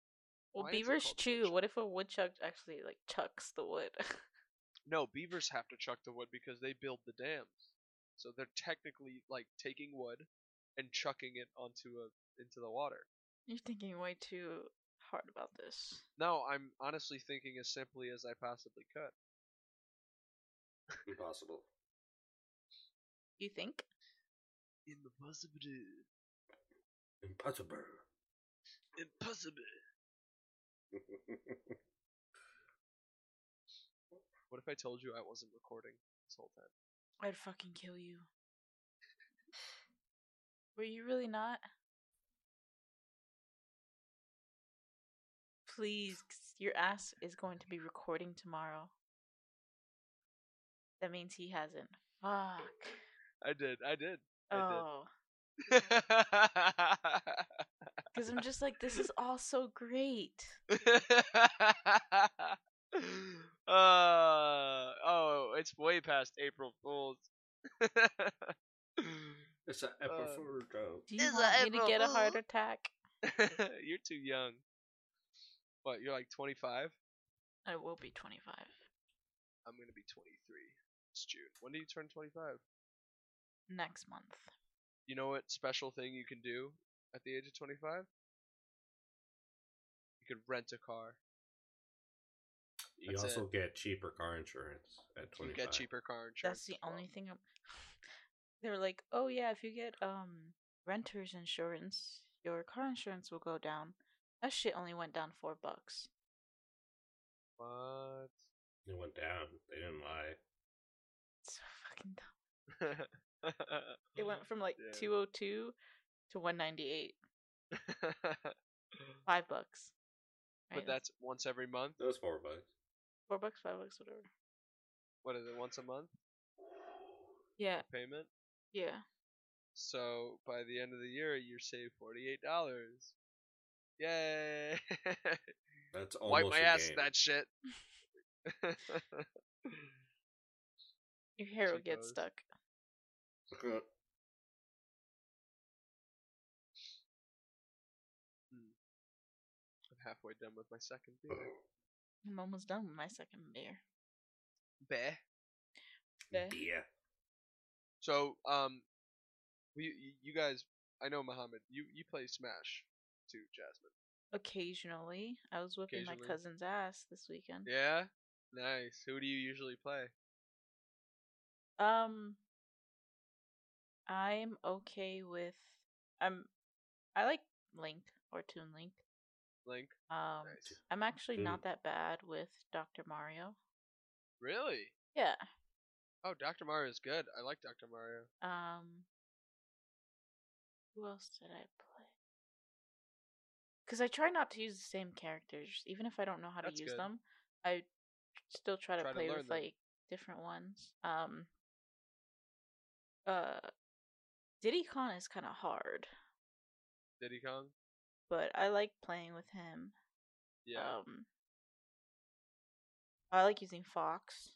A: Well,
B: Why is it
A: beavers
B: called a
A: chew.
B: woodchuck?
A: What if a woodchuck actually like chucks the wood?
B: no, beavers have to chuck the wood because they build the dams. So they're technically like taking wood and chucking it onto a into the water.
A: You're thinking way too hard about this.
B: No, I'm honestly thinking as simply as I possibly could.
C: Impossible.
A: You think?
B: In the possibility.
C: Impossible.
B: Impossible. What if I told you I wasn't recording this whole time?
A: I'd fucking kill you. Were you really not? Please, 'cause your ass is going to be recording tomorrow. That means he hasn't. Fuck.
B: I did. I did. I
A: Oh.
B: did.
A: Because I'm just like, this is all so great.
B: uh, oh, it's way past April Fool's.
C: it's an
B: epiphany
C: joke.
A: Do you
B: Is
A: want
B: that
A: me to get a
B: April
A: heart
B: Fool?
A: attack?
B: you're too young. What? You're like 25.
A: I will be 25.
B: I'm gonna be 23. It's June. When do you turn 25?
A: Next month.
B: You know what special thing you can do at the age of 25? You could rent a car.
C: You
B: That's
C: also get cheaper car insurance at
B: You
C: twenty.
B: get cheaper car insurance.
A: That's the
B: as well.
A: only thing. I'm... They're like, oh yeah, if you get um renter's insurance, your car insurance will go down. That shit only went down four bucks.
B: What?
C: It went down. They didn't lie.
A: It's so fucking dumb. It
B: it
A: went from like
B: Yeah.
A: 202 to 198. Five bucks.
B: but
A: Right?
B: that's once every month.
C: That was four bucks.
A: four bucks, five bucks, whatever.
B: What is it? Once a month
A: Yeah,
B: payment.
A: yeah.
B: So by the end of the year, you save forty eight dollars. Yay!
C: That's almost
B: Wipe my
C: a
B: ass
C: game.
B: with that shit.
A: Your hair will
B: Two
A: get
B: dollars.
A: stuck.
B: I'm halfway done with my second beer.
A: I'm almost done with my second beer.
B: Beh.
A: Okay.
C: yeah.
B: So um, we you guys, I know Muhammad. You you play Smash too, Jasmine.
A: Occasionally, I was whipping my
B: Occasionally.
A: cousin's ass this weekend.
B: Yeah. Nice. Who do you usually play?
A: Um, I'm okay with I'm I like Link or Toon Link.
B: Link.
A: Um,
B: Nice.
A: I'm actually
C: Mm.
A: not that bad with Doctor Mario.
B: Really?
A: Yeah.
B: Oh, Dr. Mario is good. I like Dr. Mario.
A: Um, who else did I play? Because I try not to use the same characters, even if I don't know how to
B: That's
A: use
B: good.
A: them. I still try to
B: Try to
A: play
B: learn
A: with
B: them.
A: like different ones. Um, uh, Diddy Kong is kind of hard.
B: Diddy Kong.
A: but I like playing with him.
B: Yeah.
A: Um, I like using Fox.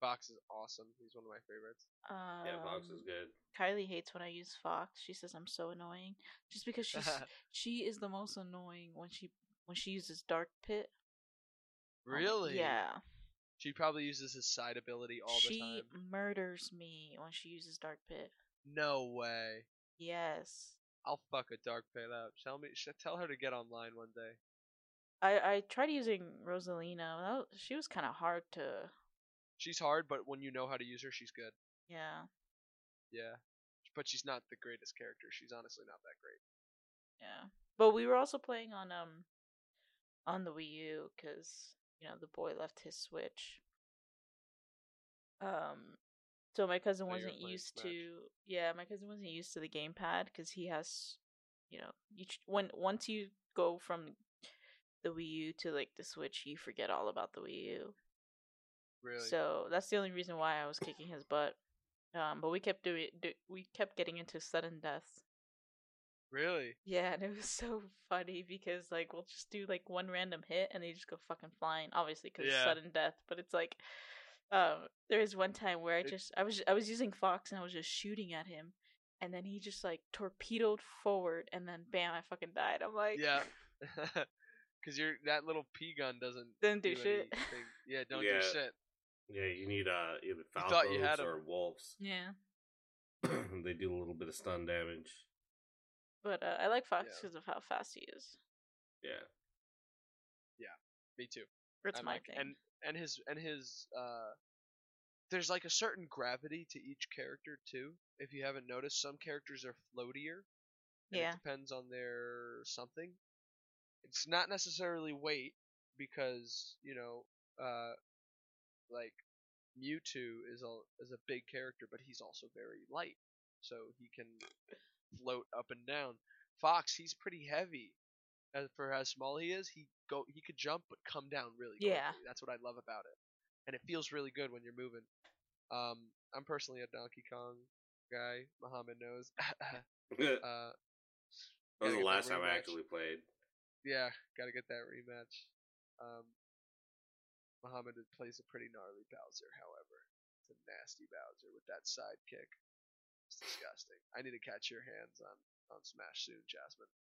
B: Fox is awesome. He's one of my favorites.
A: Um,
C: Yeah, Fox is good.
A: Kylie hates when I use Fox. She says I'm so annoying, just because she's she is the most annoying when she when she uses Dark Pit. I'm like,
B: really?
A: yeah.
B: She probably uses his side ability all the
A: she
B: time.
A: murders me when she uses Dark Pit.
B: No way.
A: Yes.
B: I'll fuck a dark pit up. Tell me, sh- tell her to get online one day.
A: I, I tried using Rosalina. That was, she was kind of hard to.
B: She's hard, but when you know how to use her, she's good.
A: Yeah.
B: Yeah. But she's not the greatest character. She's honestly not that great.
A: Yeah. But we were also playing on um on the Wii U cuz you know the boy left his Switch. Um so my cousin
B: So you were
A: wasn't
B: playing
A: used
B: Smash.
A: to yeah, my cousin wasn't used to the gamepad cuz he has you know, you ch- when once you go from the Wii U to like the Switch, you forget all about the Wii U.
B: Really?
A: So that's the only reason why I was kicking his butt. Um, but we kept doing, do, we kept getting into sudden deaths.
B: really?
A: Yeah, and it was so funny because like we'll just do like one random hit and they just go fucking flying. Obviously, because
B: Yeah.
A: sudden death. But it's like, um, there is one time where I
B: It-
A: just I was I was using Fox and I was just shooting at him, and then he just like torpedoed forward and then bam, I fucking died. I'm like,
B: Yeah. Cause your that little pea gun doesn't
A: Doesn't do shit.
B: anything. Yeah, don't
C: Yeah.
B: do shit.
C: Yeah, you need uh either
B: thought you had
C: falcons
B: 'em.
C: or wolves.
A: yeah.
C: they do a little bit of stun damage.
A: But uh, I like Fox
B: Yeah.
A: because of how fast he is.
C: Yeah.
B: Me too.
A: That's
B: I'm
A: my
B: like-
A: thing.
B: And and his and his uh, there's like a certain gravity to each character too. If you haven't noticed, some characters are floatier. and
A: yeah,
B: It depends on their something. It's not necessarily weight because you know, uh, like Mewtwo is a is a big character, but he's also very light, so he can float up and down. Fox, he's pretty heavy. As for how small he is, he go he could jump but come down really quickly.
A: Yeah.
B: That's what I love about it. And it feels really good when you're moving. Um, I'm personally a Donkey Kong guy. Muhammad knows.
C: that
B: uh,
C: was
B: gotta
C: the
B: get
C: last
B: that
C: time I
B: rematch.
C: actually played.
B: yeah, gotta get that rematch. Um, Muhammad plays a pretty gnarly Bowser, however. It's a nasty Bowser with that sidekick. It's disgusting. I need to catch your hands on, on Smash soon, Jasmine.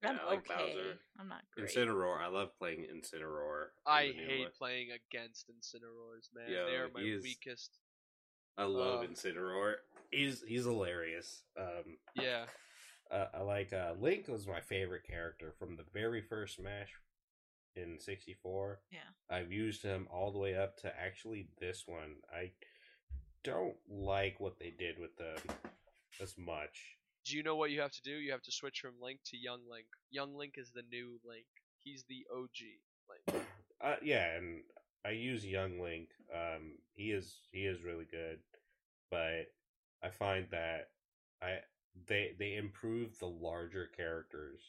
A: I'm
C: Yeah, I like
A: okay.
C: Bowser.
A: I'm not great.
C: Incineroar. I love playing Incineroar. in
B: I
C: the new
B: hate
C: one.
B: playing against Incineroars, man.
C: Yo,
B: they are my
C: he is-
B: weakest.
C: I love
B: uh,
C: Incineroar. He's he's hilarious. Um,
B: Yeah,
C: uh, I like uh, Link was my favorite character from the very first Smash in '64.
A: Yeah.
C: I've used him all the way up to actually this one. I don't like what they did with them as much.
B: Do you know what you have to do? You have to switch from Link to Young Link. Young Link is the new Link. He's the OG Link.
C: Uh, yeah, and I use Young Link. Um, he is he is really good, but I find that I they they improve the larger characters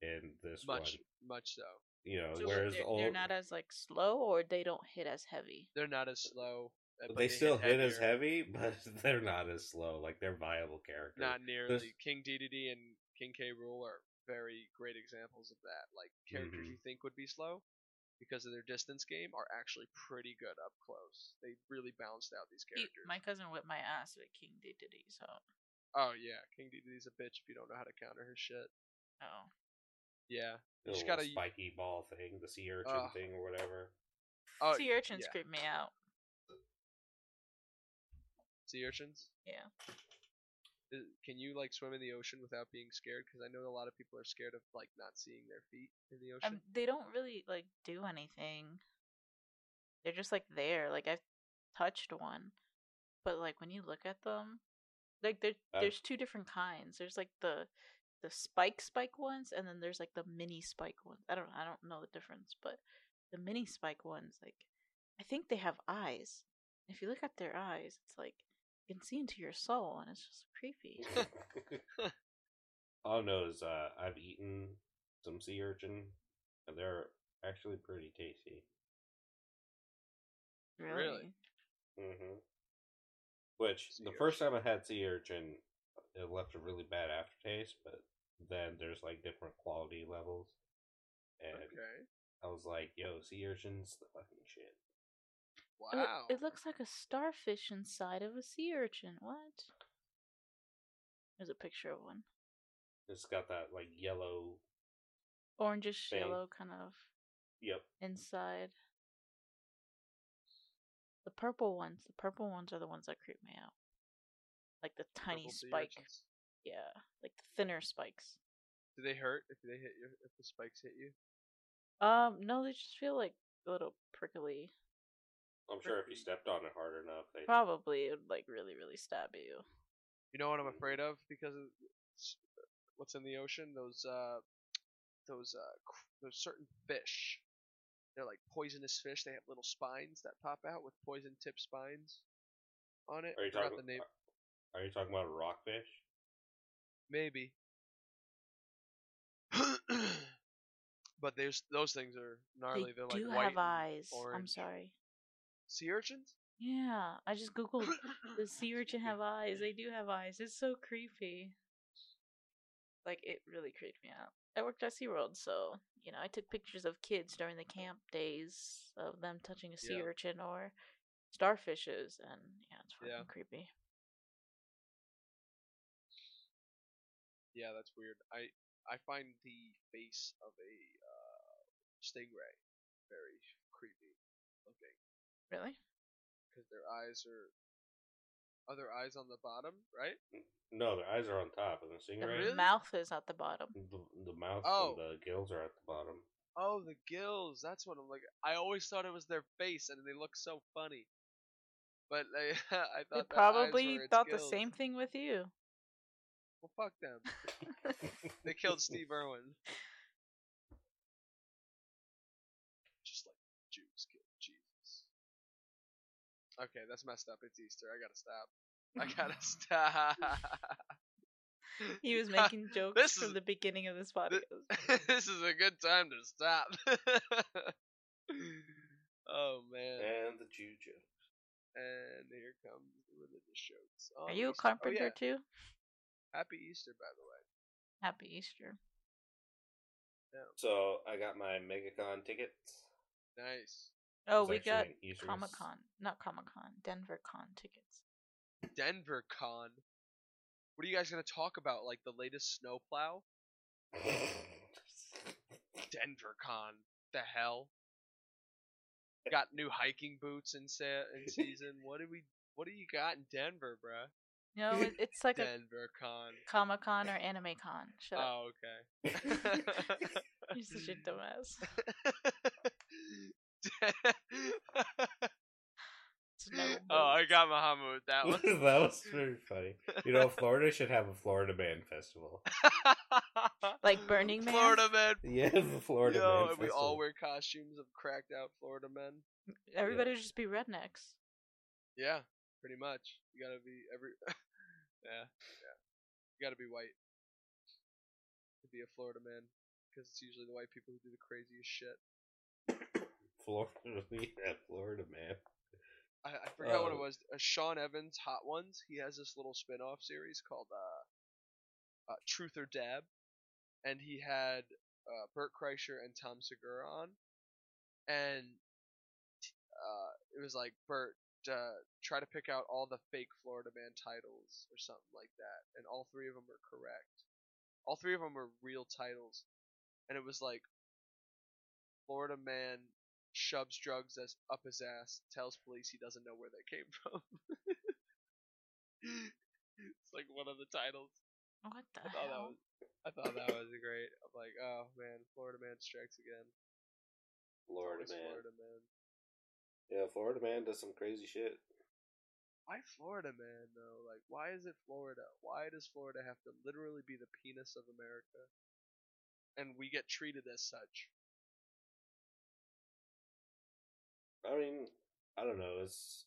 C: in this
B: Much,
C: one.
B: much so.
C: You know,
A: So what,
C: whereas
A: they're,
C: the old
A: they're not as like slow, or they don't hit as heavy.
B: They're not as slow. uh, but
C: they, still hit as
B: heavier.
C: heavy, but they're not as slow. Like they're viable characters.
B: Not nearly. King DDD and King K. Rule are very great examples of that. Like characters
A: Mm-hmm.
C: Mhm.
B: you think would be slow because of their distance game are actually pretty good up close. They really balanced out these
A: He-
B: characters.
A: my cousin whipped my ass at King Dedede, so
B: Oh yeah, King DDD's a bitch if you don't know how to counter his shit.
A: oh
B: Yeah.
C: The
B: You just
C: little
B: gotta-
C: spiky ball thing, the sea urchin
B: Ugh.
C: thing, or whatever.
B: Oh,
A: sea urchins
B: yeah.
A: creep me out.
B: Sea urchins?
A: Yeah.
B: Is- Uh, Can you like swim in the ocean without being scared? Because I know a lot of people are scared of like not seeing their feet in the
A: Um,
B: ocean.
A: they don't really like do anything. They're just like there. Like I've touched one, but like when you look at them, like there
C: Uh,
A: there's two different kinds. There's like the the spike spike ones, and then there's like the mini spike ones. I don't I don't know the difference, but the mini spike ones, like I think they have eyes. If you look at their eyes, it's like you can see into your soul, and it's just creepy.
C: All I know is uh, I've eaten some sea urchin, and they're actually pretty tasty.
A: Really?
C: hmm Which
B: Sea
C: the first time I had sea urchin, it left a really bad aftertaste. But then there's like different quality levels, and
B: Okay.
C: I was like, "Yo, sea urchins, the fucking shit."
A: It loo-
B: Wow.
A: It, looks like a starfish inside of a sea urchin. What? There's a picture of one.
C: It's got that like yellow.
A: Orangish
C: Thing.
A: yellow kind of
C: Yep.
A: inside. The purple ones. The purple ones are the ones that creep me out. Like the tiny
B: Purple sea
A: spike.
B: urchins.
A: Yeah. Like the thinner spikes.
B: Do they hurt if they hit you? If the spikes hit you?
A: Um, no, they just feel like a little prickly.
C: I'm sure if you stepped on it hard enough, they
A: Probably it would like really, really stab you.
B: You know what I'm afraid of because of s- what's in the ocean? Those uh, those uh, cr- those certain fish. They're like poisonous fish. They have little spines that pop out with poison tip spines on it.
C: Are you
B: I forgot
C: talking?
B: the name?
C: Are you talking about a rockfish?
B: Maybe. But there's those things are gnarly.
A: they
B: are
A: do
B: like white
A: have
B: and
A: eyes. I'm
B: orange.
A: sorry.
B: Sea urchins?
A: Yeah, I just googled. Does Oh, sea urchin have eyes? They do have eyes. It's so creepy. Like it really creeped me out. I worked at SeaWorld, so you know I took pictures of kids during the camp days of them touching a sea
B: Yeah.
A: urchin or starfishes, and yeah, it's fucking
B: Yeah.
A: creepy.
B: Yeah, that's weird. I I find the face of a uh, stingray very creepy looking
A: Really?
B: because their eyes are are their eyes on the bottom, right?
C: No, their eyes are on top, and the
A: The
C: stingray,
B: Really?
A: mouth is at the bottom.
C: the, the mouth
B: Oh.
C: and the gills are at the bottom.
B: Oh, the gills. That's what I'm like. I always thought it was their face, and they look so funny. But like, I
A: They
B: thought their eyes
A: probably
B: were its
A: thought the
B: gills.
A: same thing with you.
B: Well, fuck them. They killed Steve Irwin. Just like Jews killed Jesus. Okay, that's messed up. It's Easter. I gotta stop. I gotta stop.
A: he was making jokes
B: This
A: from
B: is-
A: the beginning of this podcast.
B: this is a good time to stop. oh man.
A: Eh.
C: and the juju.
B: And here comes the religious jokes.
A: Are
B: on
A: you a
B: Easter. Oh,
A: carpenter
B: yeah.
A: too?
B: Happy Easter, by the way.
A: Happy Easter.
C: So I got my MegaCon tickets.
B: Nice.
A: Oh,
C: It's
A: we
C: actually
A: got
C: an Easter-
A: Comic Con, not Comic Con, Denver Con tickets.
B: Denver Con. What are you guys gonna talk about? Like the latest snowplow? Denver Con. The hell?
A: Eh.
B: Got new hiking boots in, sa- in season. What do we? What do you got in Denver, bruh?
A: No, it, it's like a
B: Denver Con.
A: Comic Con or Anime Con. Shut up.
B: Oh, okay. Oh.
A: You're such a dumbass. It's no
B: oh, I
A: bones.
B: got Muhammad with that one.
C: that was very funny. You know, Florida should have a Florida Man Festival.
A: Like Burning Man?
B: Florida Man.
C: Yeah, the Florida
B: Yo,
C: Man
B: and
C: Festival.
B: we all wear costumes of cracked out Florida men.
A: Everybody would just be rednecks.
B: Yeah, pretty much. You gotta be every. yeah, yeah. You gotta be white to be a Florida man, because it's usually the white people who do the craziest shit.
C: Florida, yeah, Florida Man.
B: I, I forgot what
C: Oh.
B: it was. Uh, Sean Evans, Hot Ones. He has this little spin-off series called uh, uh, Truth or Dab, and he had uh, Burt Kreischer and Tom Segura on, and uh, it was like Burt uh, try to pick out all the fake Florida Man titles or something like that, and all three of them were correct. All three of them were real titles, and it was like Florida Man shoves drugs as up his ass, tells police he doesn't know where they came from. it's like one of the titles.
A: What the
B: I thought that
A: hell?
B: was I thought that was great. I'm like, oh man, Florida man strikes again. It's
C: Florida
B: always
C: Man.
B: Florida man.
C: Yeah, Florida Man does some crazy shit.
B: Why Florida man though? Like why is it Florida? Why does Florida have to literally be the penis of America? And we get treated as such.
C: I mean, I don't know. It's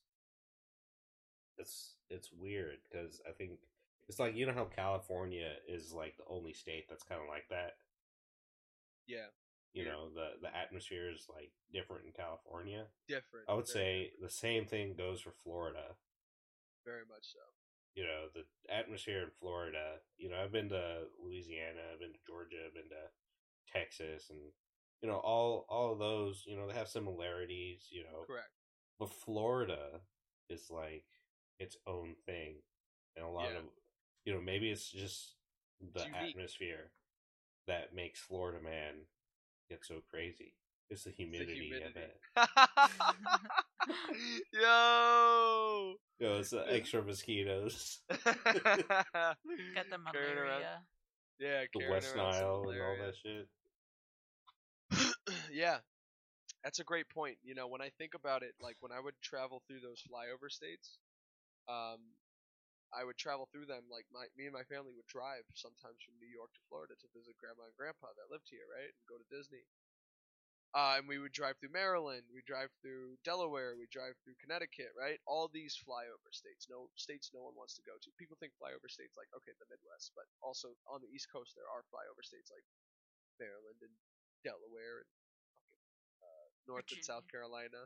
C: it's it's weird because I think it's like you know how California is like the only state that's kind of like that.
B: Yeah.
C: You
B: Yeah.
C: know, the the atmosphere is like different in California.
B: Different.
C: I would
B: very-
C: say the same thing goes for Florida.
B: very much so.
C: You know, the atmosphere in Florida. You know, I've been to Louisiana, I've been to Georgia, I've been to Texas, and you know, all all of those. You know, they have similarities. You know,
B: Correct.
C: but Florida is like its own thing, and a lot
B: Yeah.
C: of you know maybe it's just the
B: It's unique.
C: atmosphere that makes Florida man get so crazy. It's the humidity,
B: humidity.
C: of it. Oh.
B: Yo!
C: You know, it's the extra mosquitoes,
A: Got the
B: Carrying around-
A: malaria.
B: Yeah,
C: the
B: carrying
C: West
B: around some
C: Nile, and all
B: malaria.
C: that shit.
B: yeah, that's a great point. You know, when I think about it, like when I would travel through those flyover states, um, I would travel through them. Like my, me and my family would drive sometimes from New York to Florida to visit grandma and grandpa that lived here, right, and go to Disney. Uh, and we would drive through Maryland, we drive through Delaware, we drive through Connecticut, right? All these flyover states, no states no one wants to go to. People think flyover states like okay, the Midwest, but also on the East Coast there are flyover states like Maryland and Delaware, and fucking, uh, North and South
A: Virginia.
B: Carolina,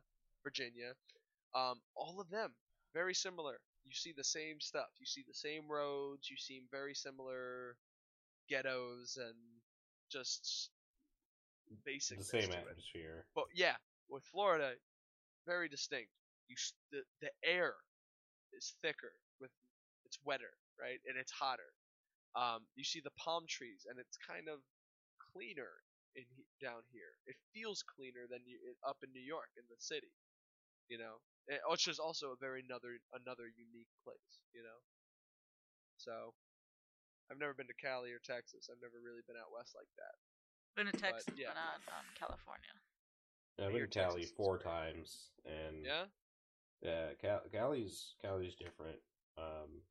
B: Virginia. Um, all of them very similar. You see the same stuff. You see the same roads. You see very similar ghettos and just basic
C: the
B: things
C: same
B: to it.
C: atmosphere.
B: But yeah, with Florida, very distinct. You s the the air is thicker with it's wetter, right? And it's hotter. Um, you see the palm trees, and it's kind of cleaner in he- down here. It feels cleaner than you, it, up in New York in the city, you know. And which is also a very another another unique place, you know. So, I've never been to Cali or Texas. I've never really been out west like that.
A: Been to Texas, but,
B: yeah.
A: not um, California.
C: I've
B: Your
C: been to Cali
B: Texas is
C: four
B: great.
C: times, and
B: Yeah.
C: yeah, Cal- Cali's Cali's different. Um,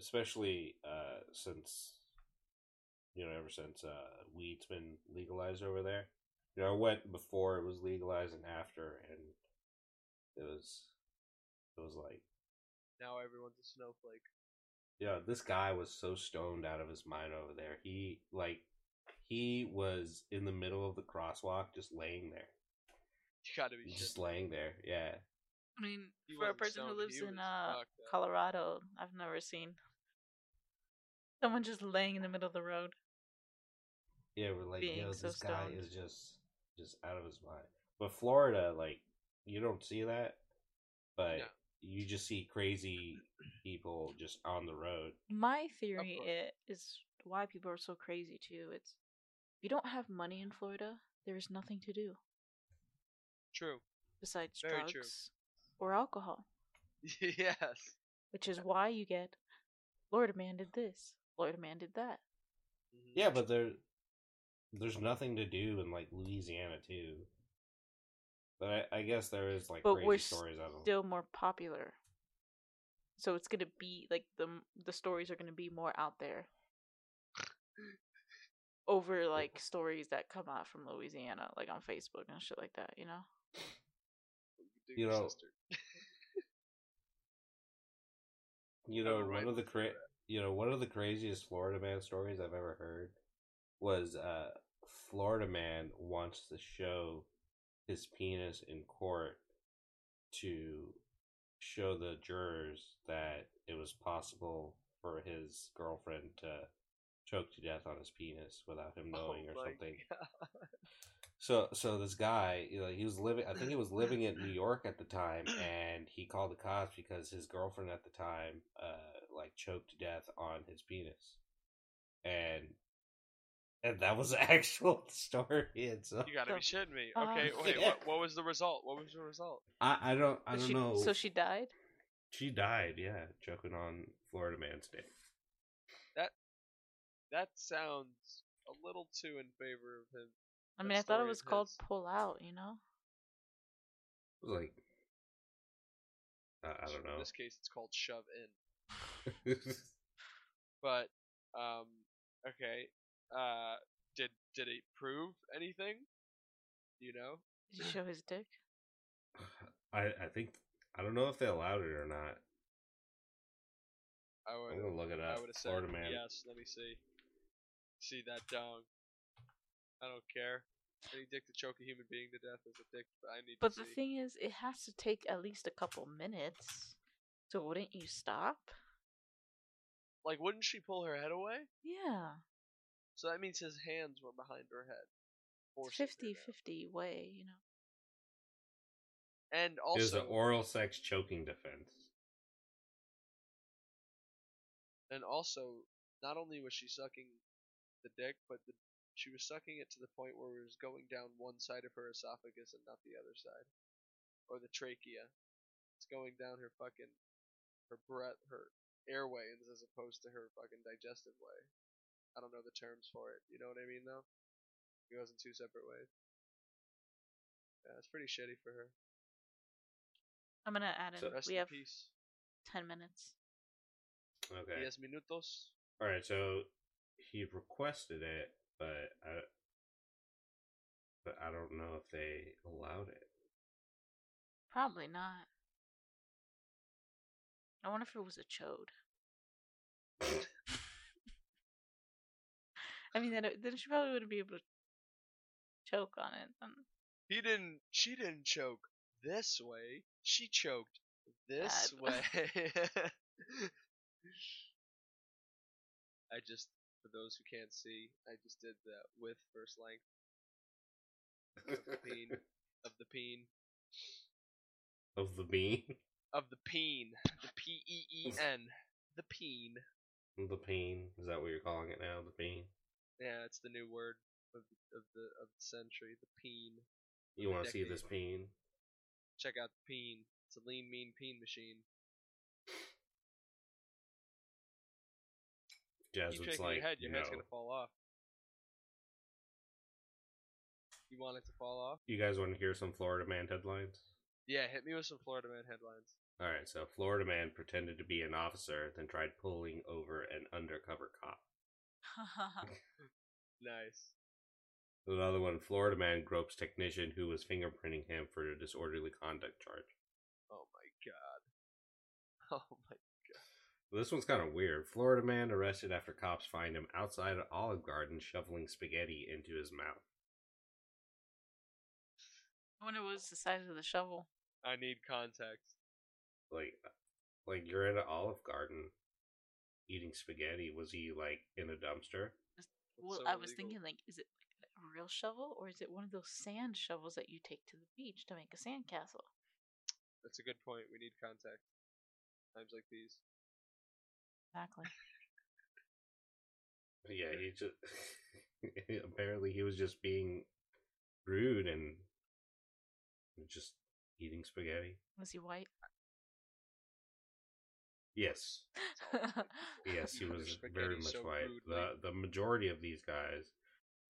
C: especially uh, since you know, ever since uh, weed's been legalized over there. You know, I went before it was legalized and after, and it was it was like,
B: Now everyone's a snowflake.
C: yeah, this guy was so stoned out of his mind over there. He like he was in the middle of the crosswalk, just laying there.
B: You gotta be shitting
C: just laying there. Yeah,
A: I mean,
B: He
A: for a
B: wasn't
A: person who
B: stoned,
A: lives
B: he
A: in
B: was
A: uh,
B: fucked up.
A: Colorado, I've never seen someone just laying in the middle of the road.
C: yeah. We're like,
A: Being
C: yo,
A: so
C: this guy
A: stoned.
C: is just just out of his mind. But Florida, like, you don't see that, but
B: No.
C: you just see crazy people just on the road.
A: My theory
B: course.
A: i- is why people are so crazy too. It's if you don't have money in Florida, there is nothing to do
B: True.
A: besides
B: Very
A: drugs
B: true.
A: or alcohol,
B: yes.
A: which is why you get Lord man did this, Lord man did that.
B: Mhm.
C: Yeah, but there, there's nothing to do in like Louisiana too. But I, I guess there is like
A: But
C: crazy
A: we're
C: stories out of
A: Still more popular, so it's gonna be like the m- the stories are gonna be more out there over like stories that come out from Louisiana, like on Facebook and shit like that. You know,
B: Do
C: You
B: your
C: know,
B: sister.
C: You know,
B: Overwhelmed
C: one of the
B: with
C: cra- you know one of the craziest Florida man stories I've ever heard was uh Florida man wants to show his penis in court to show the jurors that it was possible for his girlfriend to choke to death on his penis without him knowing
B: Oh
C: or
B: my
C: something.
B: God.
C: So so this guy, you know, he was living I think he was living in New York at the time and he called the cops because his girlfriend at the time uh like choked to death on his penis. And and that was the actual story and so
B: You gotta
A: The
B: be shitting me.
A: fuck?
B: Okay, wait.
C: Yeah.
B: What, what was the result? What was the result?
C: I, I don't I
A: But
C: don't
A: she,
C: know.
A: So she died.
C: she died, yeah, choking on Florida man's dick.
B: That sounds a little too in favor of him.
A: I
B: that
A: mean, I thought it
B: story
A: was
B: of
A: called
B: his.
A: Pull Out, you know?
C: It was like I, I don't
B: In
C: know.
B: this case, it's called shove in. But um, okay. Uh, did did it prove anything? You know,
A: Did you show his dick?
C: I I think I don't know if they allowed it or not.
B: I
C: I'm
B: would.
C: gonna look it up.
B: I would have said
C: Florida man.
B: yes. Let me see. See that dong. I don't care. Any dick to choke a human being to death is a dick. But I need.
A: But
B: to
A: the
B: see.
A: thing is, it has to take at least a couple minutes. So wouldn't you stop?
B: like, wouldn't she pull her head away?
A: Yeah.
B: So that means his hands were behind her head.
A: It's
B: forcing her
A: 50
B: down.
A: 50 way, you know?
B: And
C: It was an
B: also,
C: oral sex choking defense.
B: and also, not only was she sucking the dick, but the, she was sucking it to the point where it was going down one side of her esophagus and not the other side, or the trachea. It's going down her fucking her breath, her airways, as opposed to her fucking digestive way. I don't know the terms for it. You know what I mean, though. It goes in two separate ways. Yeah, it's pretty shitty for her.
A: I'm going to add in.
C: So-
B: Rest
A: we
B: in
A: have
B: peace.
A: 10 minutes.
C: Okay.
B: Diez minutos.
C: All right. So he requested it, but I, but I don't know if they allowed it.
A: Probably not. I wonder if it was a chode. I mean, then, it, then she probably wouldn't be able to choke on it. Then.
B: He didn't. She didn't choke this way. She choked this
A: Bad.
B: way. I just, for those who can't see, I just did the width first length Peen. of the peen
C: of the bean,
B: of the peen, the P E E N, the peen.
C: the peen. Is that what you're calling it now? The peen.
B: Yeah, it's the new word of the, of the of the century. The peen.
C: You want to see
B: Decade.
C: this peen?
B: Check out the peen. It's a lean, mean peen machine. Keep
C: Jasmine's
B: shaking
C: like,
B: your head. Your
C: no.
B: head's gonna fall off. You want it to fall off?
C: You guys want to hear some Florida man headlines?
B: Yeah, hit me with some Florida Man headlines.
C: All right, so Florida man pretended to be an officer, then tried pulling over an undercover cop.
B: Nice.
C: Another one: Florida man gropes technician who was fingerprinting him for a disorderly conduct charge.
B: Oh my god. Oh my.
C: This one's kind of weird. Florida man arrested after cops find him outside an Olive Garden shoveling spaghetti into his mouth.
A: I wonder what was the size of the shovel.
B: I need context.
C: Like, uh, like you're at an Olive Garden eating spaghetti. Was he like in a dumpster?
B: That's
A: Well,
B: so
A: I was
B: illegal.
A: thinking, like, is it like a real shovel or is it one of those sand shovels that you take to the beach to make a sandcastle?
B: That's a good point. We need context. Times like these.
A: Exactly.
C: Yeah, he just apparently he was just being rude and just eating spaghetti.
A: Was he white?
C: Yes, yes, he
B: Their
C: was very
B: spaghetti's
C: much
B: so
C: white.
B: rudely-
C: The the majority of these guys,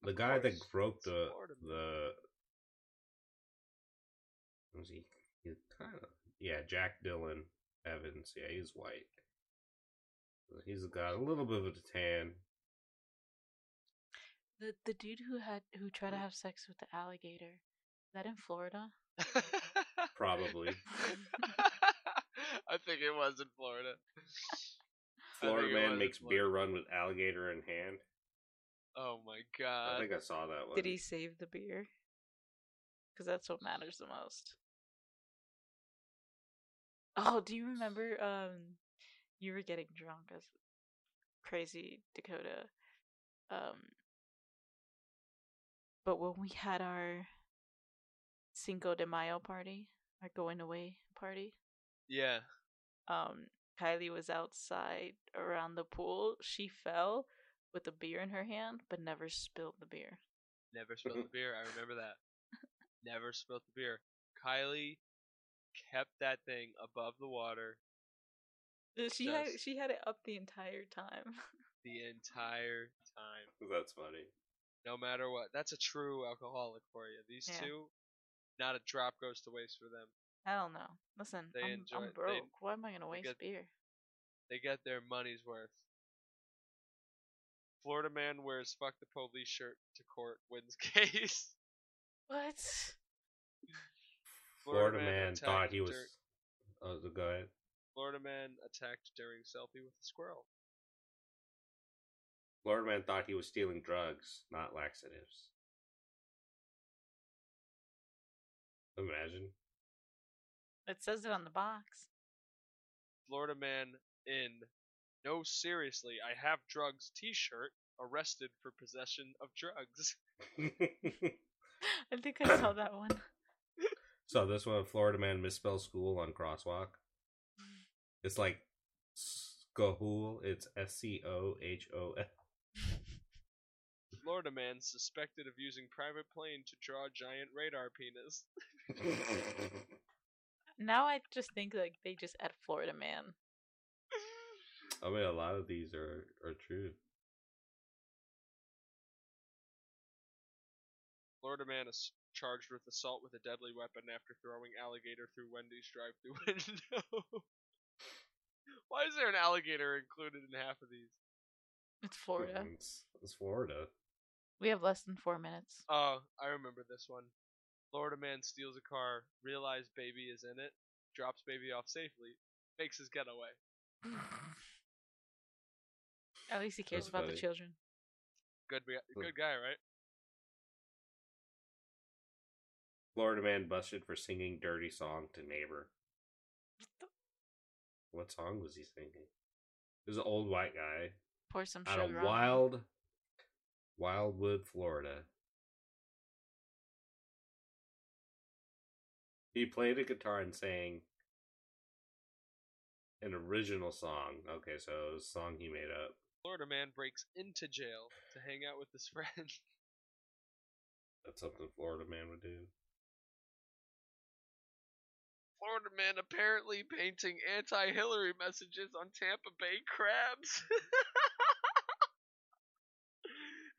C: the
B: Of
C: guy that
B: course,
C: groped
B: it's
C: the
B: Florida, man.
C: the what was he? He kind of yeah, Jack Dylan Evans. Yeah, he's white. He's got a little bit of a tan.
A: The the dude who had who tried to
B: Mm.
A: have sex with the alligator. Is that in Florida?
C: Probably.
B: I think it was in Florida.
C: Florida
B: think it was
C: man
B: in
C: makes
B: Florida.
C: beer run with alligator in hand.
B: Oh my
C: I
B: god.
C: think I saw that one.
A: Did he save the beer? Because that's what matters the most. Oh, do you remember? Um, you were getting drunk as crazy Dakota. Um, but when we had our Cinco de Mayo party, our going away party,
B: Yeah.
A: um Kylie was outside around the pool. She fell with a beer in her hand, but never spilled the beer.
B: Never spilled the beer. I remember that. Never spilled the beer. Kylie kept that thing above the water
A: Uh, She had
B: Does-
A: she had it up the entire time.
B: the entire time,
C: That's funny.
B: no matter what. That's a true alcoholic for you. These
A: Yeah.
B: two, not a drop goes to waste for them.
A: I don't know. Listen,
B: They
A: I'm,
B: enjoy-
A: I'm
B: they-
A: broke. Why am I gonna waste
B: get-
A: beer?
B: They get their money's worth. Florida man wears fuck the police shirt to court, wins case.
A: What?
C: Florida, man, thought
B: attacked
C: he was.
B: dur-
C: Oh, go ahead.
B: Florida man attacked during selfie with a squirrel.
C: Florida man thought he was stealing drugs, not laxatives. Imagine.
A: It says it on the box.
B: Florida man in no seriously, I have drugs t-shirt arrested for possession of drugs.
A: I think I saw that one.
C: so this one, Florida man misspells school on crosswalk. It's like school. It's S C O H O L.
B: Florida man suspected of using private plane to draw giant radar penis.
A: Now I just think like they just add Florida man.
C: I mean, a lot of these are are true.
B: Florida man is charged with assault with a deadly weapon after throwing alligator through Wendy's drive-thru window. Why is there an alligator included in half of these?
A: It's Florida.
B: Mm-hmm.
C: It's, it's Florida.
A: We have less than four minutes.
B: Oh, I remember this one. Florida man steals a car, realizes baby is in it, drops baby off safely, makes his getaway. Oh.
A: At least he cares
C: That's
A: about the
C: funny.
A: children.
B: Good, be- good guy, right?
C: Florida man busted for singing dirty song to neighbor. What song was he singing? It was an old white guy
A: Pour some
C: out
A: sugar.
C: of
A: on it.
C: wild, Wildwood, Florida. He played a guitar and sang an original song. Okay, so it was a song he made up.
B: Florida man breaks into jail to hang out with his friend.
C: That's something Florida man would do.
B: Florida man apparently painting anti-Hillary messages on Tampa Bay crabs.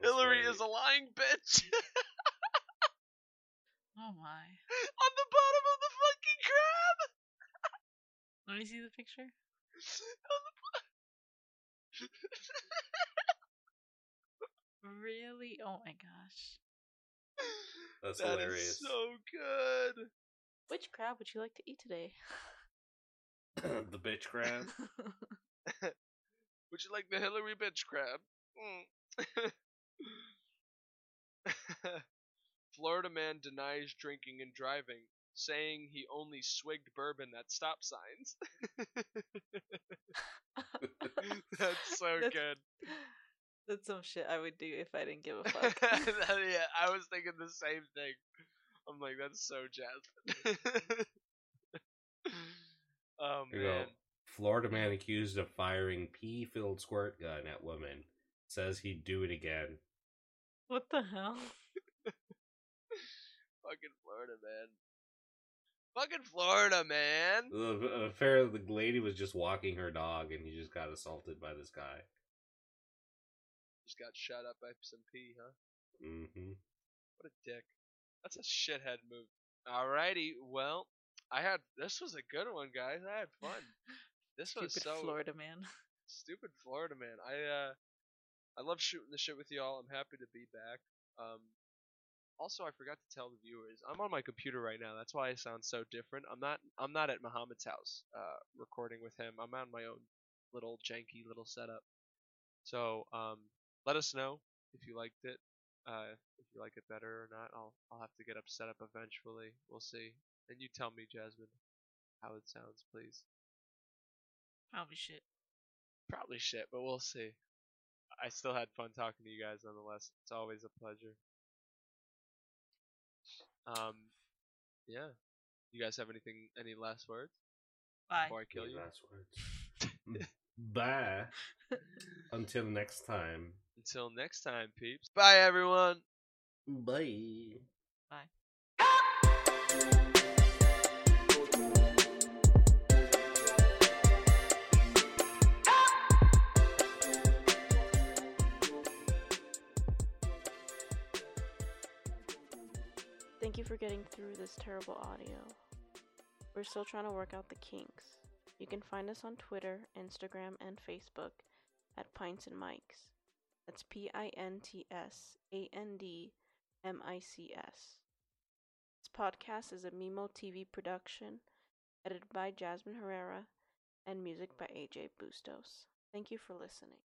C: That's
B: Hillary
C: funny.
B: is a lying bitch
A: Oh my!
B: on the bottom of the fucking crab.
A: Let me see the picture.
B: On the bo-
A: Really? Oh my gosh!
C: That's
B: That is
C: hilarious.
B: so good.
A: Which crab would you like to eat today?
C: the bitch crab.
B: Would you like the Hillary bitch crab? Mm. Florida man denies drinking and driving, saying he only swigged bourbon at stop signs. That's so
A: That's-
B: good.
A: That's some shit I would do if I didn't give a fuck.
B: yeah, I was thinking the same thing. I'm like, that's so jazzed. oh
C: Here we go.
B: man,
C: Florida man accused of firing pea filled squirt gun at woman says he'd do it again.
A: what the hell?
B: fucking Florida man, fucking Florida man.
C: The affair the lady was just walking her dog and he just got assaulted by this guy.
B: Just got shot up by some pee, huh?
C: hmm
B: What a dick. That's a shithead move. Alrighty, well, I had this was a good one, guys. I had fun. This
A: Stupid
B: was so
A: Florida man.
B: stupid Florida man. I uh I love shooting the shit with y'all. I'm happy to be back. Um also I forgot to tell the viewers, I'm on my computer right now. That's why I sound so different. I'm not I'm not at Muhammad's house uh recording with him. I'm on my own little janky little setup. So, um let us know if you liked it. Uh if you like it better or not. I'll I'll have to get up set up eventually. We'll see. And you tell me, Jasmine, how it sounds, please.
A: Probably shit.
B: Probably shit, but we'll see. I still had fun talking to you guys nonetheless. It's always a pleasure. Um, yeah. You guys have anything, any last words
A: Bye.
B: before I kill you?
C: Last words. Bye. Until next time.
B: Until next time, peeps. Bye, everyone.
C: Bye.
A: Thank you for getting through this terrible audio. We're still trying to work out the kinks. You can find us on Twitter, Instagram, and Facebook at Pints and Mics. That's P I N T S A N D M I C S. This podcast is a Mimo TV production, edited by Jasmine Herrera, and music by AJ Bustos. Thank you for listening.